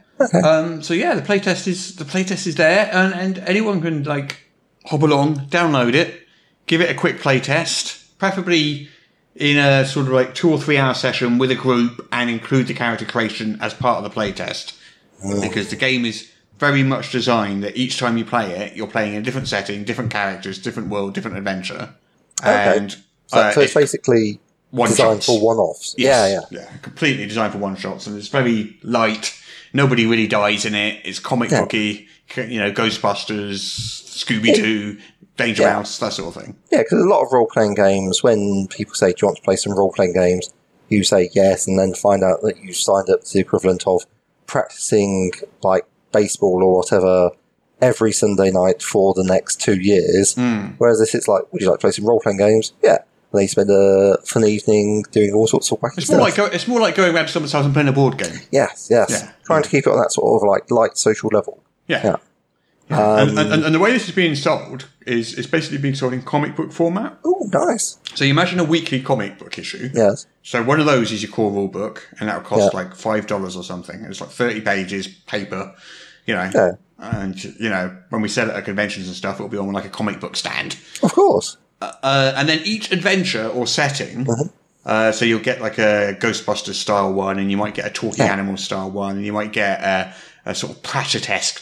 C: Um, so yeah, the playtest is the playtest is there, and, and anyone can like hop along, download it, give it a quick playtest, preferably in a sort of like two or three hour session with a group, and include the character creation as part of the playtest, because the game is very much designed that each time you play it, you're playing in a different setting, different characters, different world, different adventure,
D: Okay.
C: and
D: So,
C: uh,
D: so it's
C: it-
D: basically
C: one
D: designed
C: shots.
D: for one-offs. Yeah. Yeah.
C: Completely designed for one shots, and it's very light. Nobody really dies in it. It's comic
D: Yeah.
C: booky, c- you know, Ghostbusters, Scooby Doo, Danger
D: Yeah.
C: Mouse, that sort of thing.
D: Yeah. Because a lot of role-playing games, when people say, "Do you want to play some role-playing games?" you say yes, and then find out that you signed up to the equivalent of practicing like baseball or whatever every Sunday night for the next two years.
C: Hmm.
D: Whereas this, it's like, "Would you like to play some role-playing games?" Yeah. And they spend a fun evening doing all sorts of wacky
C: It's
D: stuff.
C: more like go, it's more like going around to someone's house and playing a board game.
D: Yes, yes.
C: Yeah.
D: Trying to keep it on that sort of like light social level.
C: Yeah.
D: Yeah. um,
C: Yeah. and, and, and the way this is being sold is it's basically being sold in comic book format.
D: Oh, nice.
C: So you imagine a weekly comic book issue.
D: Yes.
C: So one of those is your core rule book, and that'll cost
D: Yeah.
C: like five dollars or something. It's like thirty pages paper, you know.
D: Yeah.
C: And you know, when we sell it at conventions and stuff, it'll be on like a comic book stand.
D: Of course.
C: Uh, and then each adventure or setting.
D: Mm-hmm.
C: Uh, so you'll get like a Ghostbusters style one, and you might get a talking animal style one, and you might get a, a sort of Pratchett-esque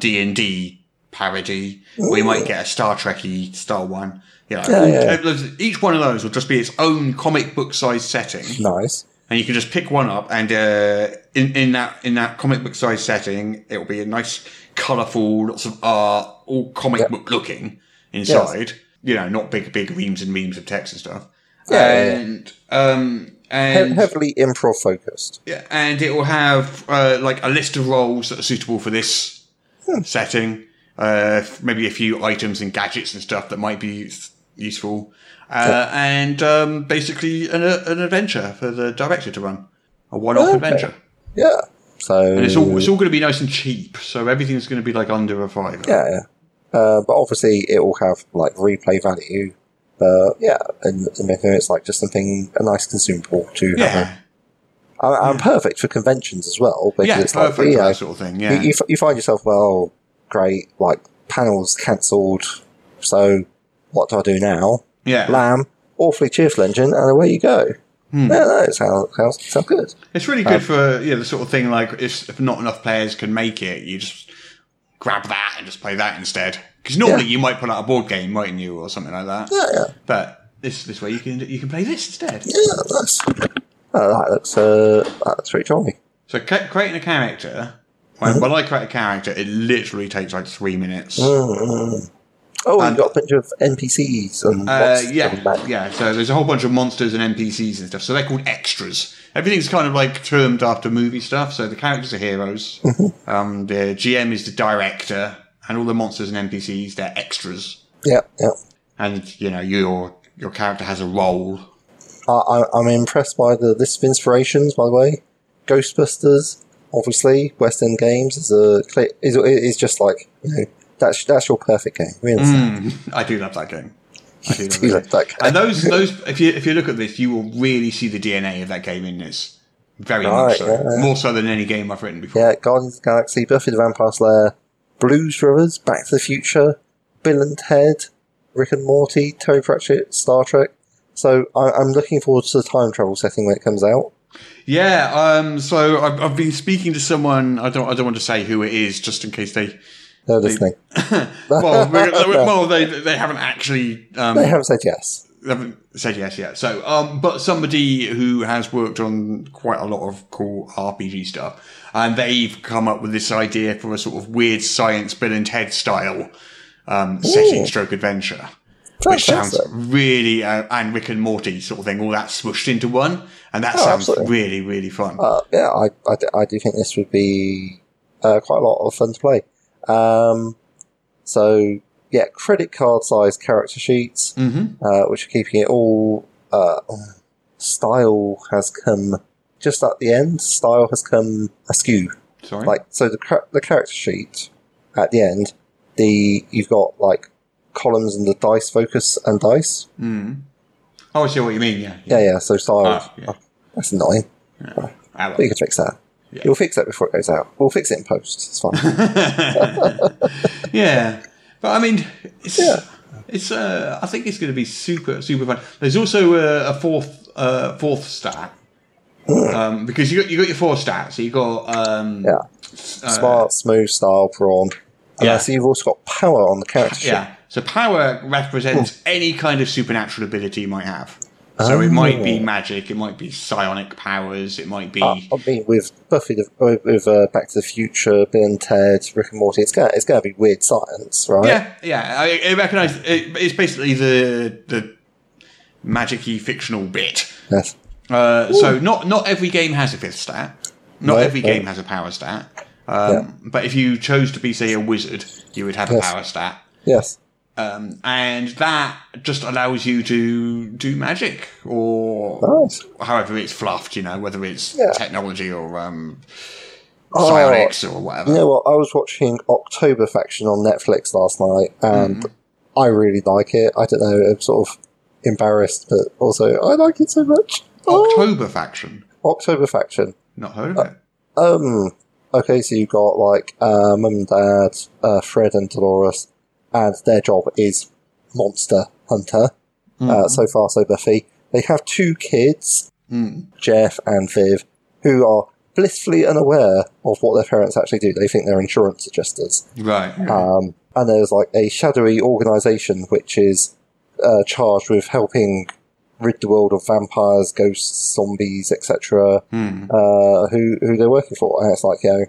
C: D and D parody, or you might get a Star Trekky style one. You know,
D: Yeah,
C: each one of those will just be its own comic book sized setting
D: Nice.
C: and you can just pick one up and uh, in, in that in that comic book size setting, it'll be a nice, colourful, lots of art, all comic book looking inside. You know, not big big reams and reams of text and stuff.
D: Yeah, yeah, yeah.
C: and um
D: He-
C: and
D: heavily improv focused.
C: yeah, and it will have uh, like a list of roles that are suitable for this
D: Hmm.
C: setting. Uh, f- maybe a few items and gadgets and stuff that might be s- useful, uh, and um, basically an, uh, an adventure for the director to run, a one-off
D: Okay.
C: adventure.
D: Yeah. So
C: And it's all it's all going to be nice and cheap, so everything's going to be like under a fiver.
D: yeah, yeah. Uh, but obviously it will have like replay value. But yeah, and, and then it's like just something a nice consumable to
C: yeah,
D: have. a- And, and perfect for conventions as well because
C: yeah,
D: it's
C: perfect
D: like you,
C: for
D: know,
C: that sort of thing.
D: you-
C: Yeah,
D: you, f- you find yourself well, great, like panels cancelled. So what do I do now?
C: yeah.
D: Lamb, awfully cheerful engine, and away you go.
C: Hmm.
D: Yeah, no, it sounds, sounds, sounds good.
C: It's really good
D: Uh,
C: for yeah the sort of thing like if, if not enough players can make it, you just grab that and just play that instead. Because normally
D: Yeah.
C: you might put out a board game, mightn't you, or something like that.
D: Yeah, yeah.
C: But this this way you can you can play this instead.
D: Yeah, that's oh, that looks uh, that looks pretty jolly.
C: So ca- creating a character.
D: Uh-huh.
C: When, when I create a character, it literally takes like three minutes.
D: Oh,
C: And-
D: you've got a bunch of NPCs and
C: Uh,
D: lots
C: yeah,
D: of that.
C: yeah. So there's a whole bunch of monsters and NPCs and stuff. So they're called extras. Everything's kind of like termed after movie stuff. So the characters are heroes.
D: Mm-hmm.
C: um, the GM is the director, and all the monsters and NPCs they're extras.
D: yeah, yeah.
C: And you know your your character has a role.
D: I, I, I'm impressed by the list of inspirations. By the way, Ghostbusters, obviously, West End Games is a clear- is is just like you know that's that's your perfect game. Really,
C: Mm. I do love that game. I do love
D: You like that
C: And
D: game?
C: those those if you if you look at this, you will really see the DNA of that game in this. Very much
D: Right,
C: so.
D: yeah, yeah.
C: More so than any game I've written before.
D: Yeah, Guardians of the Galaxy, Buffy the Vampire Slayer, Blues Brothers, Back to the Future, Bill and Ted, Rick and Morty, Terry Pratchett, Star Trek. So I, I'm looking forward to the time travel setting when it comes out.
C: Yeah, um, so I've, I've been speaking to someone. I don't. I don't want to say who it is, just in case they.
D: They're listening.
C: Well, we're, well, they they haven't actually um,
D: They haven't said yes.
C: they haven't said yes yet. So, um, but somebody who has worked on quite a lot of cool RPG stuff, and they've come up with this idea for a sort of weird science Bill and Ted style um, setting stroke adventure. Which sounds
D: Fantastic.
C: really, uh, and Rick and Morty sort of thing, all that swooshed into one. And that
D: Oh,
C: sounds
D: absolutely.
C: really, really fun.
D: Uh, yeah, I, I d- I do think this would be uh, quite a lot of fun to play. Um, so, yeah, credit card size character sheets,
C: Mm-hmm.
D: uh, which are keeping it all. Uh, style has come just at the end. Style has come askew.
C: Sorry.
D: Like so, the char- the character sheet at the end, the you've got like columns and the dice focus and dice.
C: Mm-hmm. oh, I see what you mean. Yeah.
D: Yeah, yeah. So style.
C: Ah, yeah.
D: oh, that's annoying.
C: Ah, well.
D: But you can fix that. You'll fix that before it goes out. We'll fix it in post. It's fine.
C: Yeah, but I mean, it's
D: Yeah.
C: it's. Uh, I think it's going to be super super fun. There's also a, a fourth uh, fourth stat um, because you got you got your four stats. So you got um,
D: yeah. Smart, smooth style prawn. And
C: yeah.
D: I see you've also got power on the character sheet.
C: yeah. So power represents any kind of supernatural ability you might have. So it might
D: Oh.
C: be magic, it might be psionic powers, it might be
D: I mean, with Buffy, the, with- with uh, Back to the Future, Bill and Ted, Rick and Morty, it's going to it's going to be weird science, right?
C: Yeah, yeah. I, I recognise it, it's basically the the magicy fictional bit.
D: Yes.
C: Uh, so not not every game has a fifth stat. Not
D: No,
C: every
D: no.
C: game has a power stat. Um,
D: Yeah.
C: But if you chose to be, say, a wizard, you would have a
D: Yes.
C: power stat,
D: Yes.
C: um, and that just allows you to do magic or
D: Nice.
C: however it's fluffed. You know, whether it's
D: Yeah.
C: technology or um,
D: Oh,
C: psionics or whatever.
D: You know what? I was watching October Faction on Netflix last night, and
C: Mm-hmm.
D: I really like it. I don't know. I'm sort of embarrassed, but also I like it so much. Oh,
C: October faction.
D: October Faction.
C: Not heard
D: Oh.
C: of it.
D: Um. Okay, so you've got like uh, mum and dad, uh, Fred and Dolores, and their job is monster hunter. Uh, so far, so Buffy. They have two kids, Jeff and Viv, who are blissfully unaware of what their parents actually do. They think they're insurance adjusters.
C: Right.
D: Um, and there's like a shadowy organisation which is uh, charged with helping rid the world of vampires, ghosts, zombies, etc. Uh, who who they're working for, and it's like you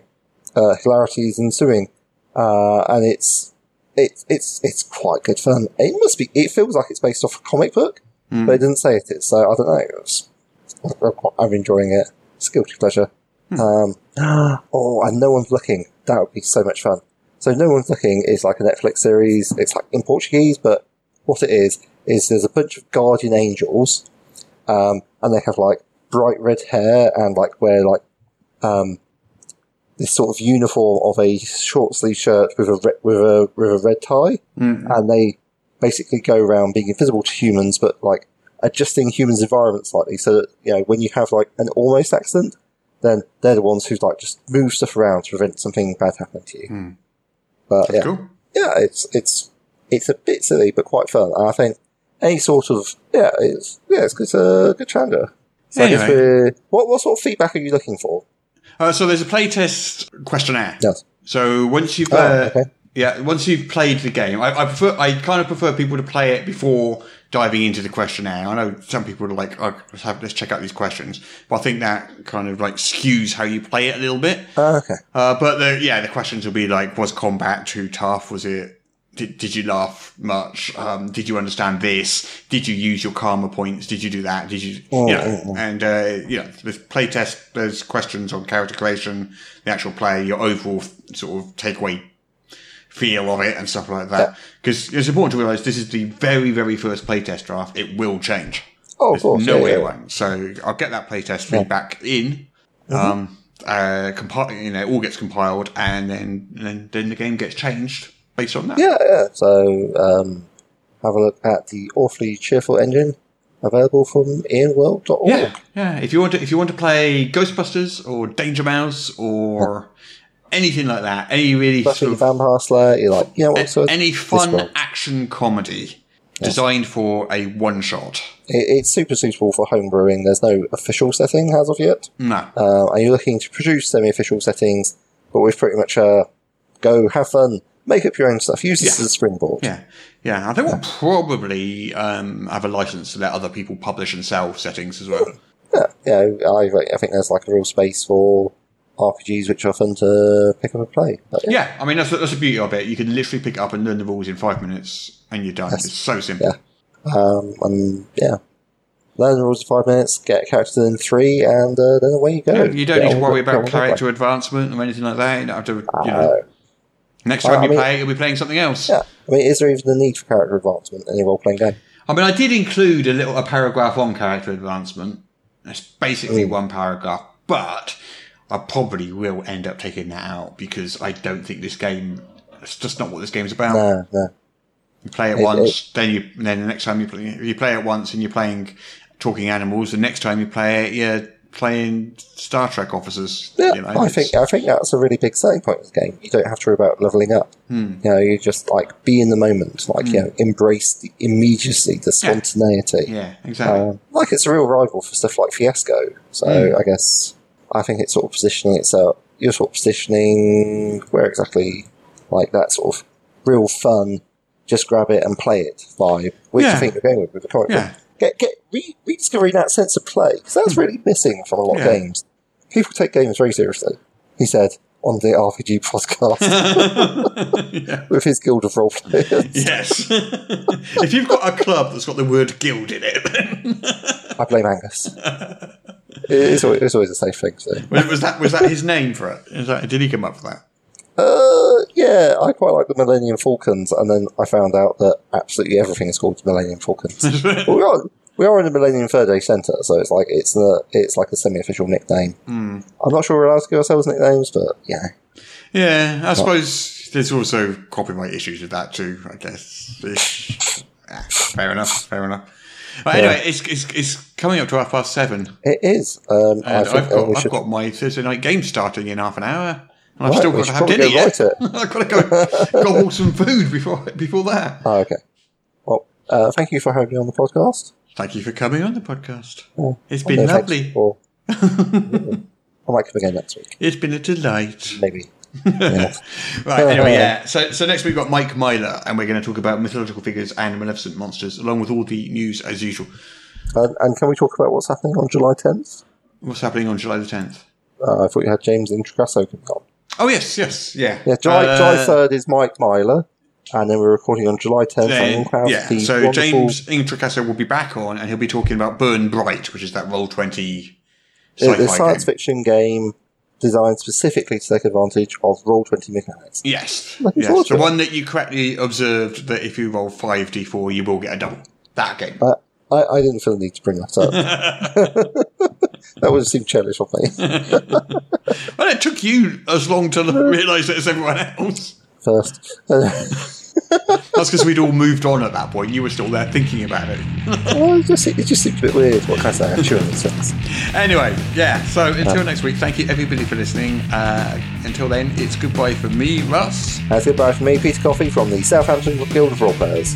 D: know, uh, hilarity is ensuing, uh, and it's it's it's it's quite good fun. It must be. It feels like it's based off a comic book, but it didn't say it is. So I don't know. It's, I'm, quite, I'm enjoying it. It's a guilty pleasure. Um, oh, and no one's looking. That would be so much fun. So no one's looking is like a Netflix series. It's like in Portuguese, but what it is is there's a bunch of guardian angels, um, and they have like bright red hair and like wear like um, this sort of uniform of a short sleeve shirt with a re- with a with a red tie, and they basically go around being invisible to humans, but like adjusting humans' environment slightly so that you know when you have like an almost accident, then they're the ones who like just move stuff around to prevent something bad happening to you. But yeah,
C: Cool.
D: yeah, it's it's it's a bit silly but quite fun. And I think any sort of yeah, it's yeah, it's, it's a good challenger. So I guess
C: Anyway.
D: we're, what what sort of feedback are you looking for?
C: Uh, so there's a playtest questionnaire.
D: Yes.
C: So once you've
D: Oh,
C: uh,
D: okay.
C: yeah, once you've played the game, I, I prefer I kind of prefer people to play it before diving into the questionnaire. I know some people are like, oh, let's, have, let's check out these questions, but I think that kind of like skews how you play it a little bit.
D: Oh, okay.
C: Uh, but the, yeah, the questions will be like, was combat too tough? Was it? Did, did you laugh much? Um, did you understand this? Did you use your karma points? Did you do that? Did you, you know, and, uh, you know, there's playtest, there's questions on character creation, the actual play, your overall f- sort of takeaway feel of it and stuff like that. Because it's important to realize this is the very, very first playtest draft. It will change.
D: Oh, of
C: There's
D: course.
C: no
D: yeah,
C: way
D: yeah.
C: it won't. So I'll get that playtest feedback in.
D: Mm-hmm.
C: Um, uh, compi- you know, it all gets compiled, and then and then, then the game gets changed based on that.
D: Yeah, yeah. So um, have a look at the awfully cheerful engine available from ianworld.org.
C: yeah, yeah. If you want to, if you want to play Ghostbusters or Danger Mouse or anything like that, any really
D: Buffy
C: sort
D: the
C: of
D: Vampire Slayer, you're like, you know what? So it's
C: any
D: this
C: fun
D: world.
C: action comedy designed for a one shot.
D: It, it's super suitable for homebrewing. There's no official setting as of yet.
C: No,
D: Uh, and you're looking to produce semi official settings, but with pretty much uh, go have fun, make up your own stuff, use this
C: Yeah.
D: as a springboard.
C: Yeah, yeah. I think we'll probably um, have a license to let other people publish and sell settings as well.
D: Yeah, I, I think there's like a real space for RPGs which are fun to pick up and play. But, yeah.
C: Yeah, I mean that's that's the beauty of it. You can literally pick it up and learn the rules in five minutes, and you're done. It's so simple.
D: Um, and yeah, learn the rules in five minutes, get characters in three, and uh, then away you go.
C: You don't
D: Get
C: need to
D: on-
C: worry
D: get on
C: about
D: with that
C: character
D: one.
C: advancement or anything like that. You don't have to. You know, next time
D: I
C: you
D: mean-
C: play, you'll be playing something else.
D: Yeah, I mean, is there even a need for character advancement in a role playing game?
C: I mean, I did include a little a paragraph on character advancement. It's basically
D: Mm.
C: one paragraph, but I probably will end up taking that out because I don't think this game. It's just not what this game's about.
D: No, no.
C: You play it
D: It-
C: once, then you then the next time you play you play it once and you're playing talking animals. The next time you play it, you're playing Star Trek officers.
D: Yeah,
C: you know,
D: I
C: it's-
D: think I think that's a really big selling point of the game. You don't have to worry about leveling up.
C: Hmm.
D: You know, you just like be in the moment, like you know, embrace the immediacy, the spontaneity.
C: yeah, exactly.
D: Um, like it's a real rival for stuff like Fiasco. So
C: Hmm.
D: I guess I think it's sort of positioning itself. You're sort of positioning where exactly, like that sort of real fun, just grab it and play it vibe, which
C: Yeah.
D: I think you're going with with the comic book.
C: Yeah. Hmm.
D: Get get re- rediscovering that sense of play because that's really missing from a lot
C: Yeah.
D: of games. People take games very seriously. He said on the RPG podcast with his guild of role players.
C: yes. if you've got a club that's got the word guild in it, then-
D: I blame Angus. it's, always, it's always a safe thing. So.
C: was that was that his name for it? Is that, did he come up with that?
D: Uh, yeah, I quite like the Millennium Falcons, and then I found out that absolutely everything is called Millennium Falcons. Well, we are we are in the Millennium Third Day Centre, so it's like it's a it's like a semi-official nickname.
C: Hmm.
D: I'm not sure we're allowed to give ourselves nicknames, but yeah,
C: Yeah, I suppose there's also copyright issues with that too. I guess. Ah, fair enough. Fair enough. But anyway, it's, it's it's coming up to half past seven.
D: it is. Um, I
C: And
D: think
C: I've
D: uh,
C: got,
D: we
C: I've
D: should.
C: got my Thursday night game starting in half an hour. And I've
D: Right,
C: still
D: we
C: got to
D: should
C: have dinner
D: probably go
C: yet.
D: write
C: I've got to go gobble some food before before that.
D: Oh, okay. Well, uh, thank you for having me on the podcast.
C: Thank you for coming on the podcast.
D: Oh,
C: It's
D: oh, no,
C: been
D: thanks
C: lovely.
D: for- I might come again next week,
C: It's been a delight.
D: maybe. Yeah.
C: Right, anyway, yeah. So, so next we've got Mike Myler, and we're going to talk about mythological figures and maleficent monsters, along with all the news as usual.
D: And, and can we talk about what's happening on July 10th?
C: What's happening on July the 10th?
D: Uh, I thought you had James and Tracasso coming on.
C: Oh, yes, yes, yeah.
D: Yeah, July,
C: Uh,
D: July 3rd is Mike Myler, and then we're recording on July 10th.
C: then-
D: on Crowds,
C: yeah,
D: the
C: so
D: wonderful-
C: James Intricasso will be back on and he'll be talking about Burn Bright, which is that Roll20
D: It's
C: sci-fi
D: a science
C: game.
D: fiction game designed specifically to take advantage of Roll20 mechanics.
C: Yes.
D: Looking
C: yes.
D: forward to
C: The
D: it.
C: one that you correctly observed that if you roll 5d4, you will get a double. That game.
D: Uh, I, I didn't feel the need to bring that up. that would have seemed churlish of me.
C: Well, it took you as long to
D: uh,
C: realise it as everyone else.
D: First, I
C: That's because we'd all moved on at that point. You were still there thinking about it.
D: just, it just seemed a bit weird. What can I say? I'm sure it makes sense.
C: Anyway, yeah. So
D: Uh,
C: until next week, thank you everybody for listening. Uh, until then, it's goodbye from me, Russ.
D: That's goodbye from me, Peter Coffey from the Southampton Guild of Role Players.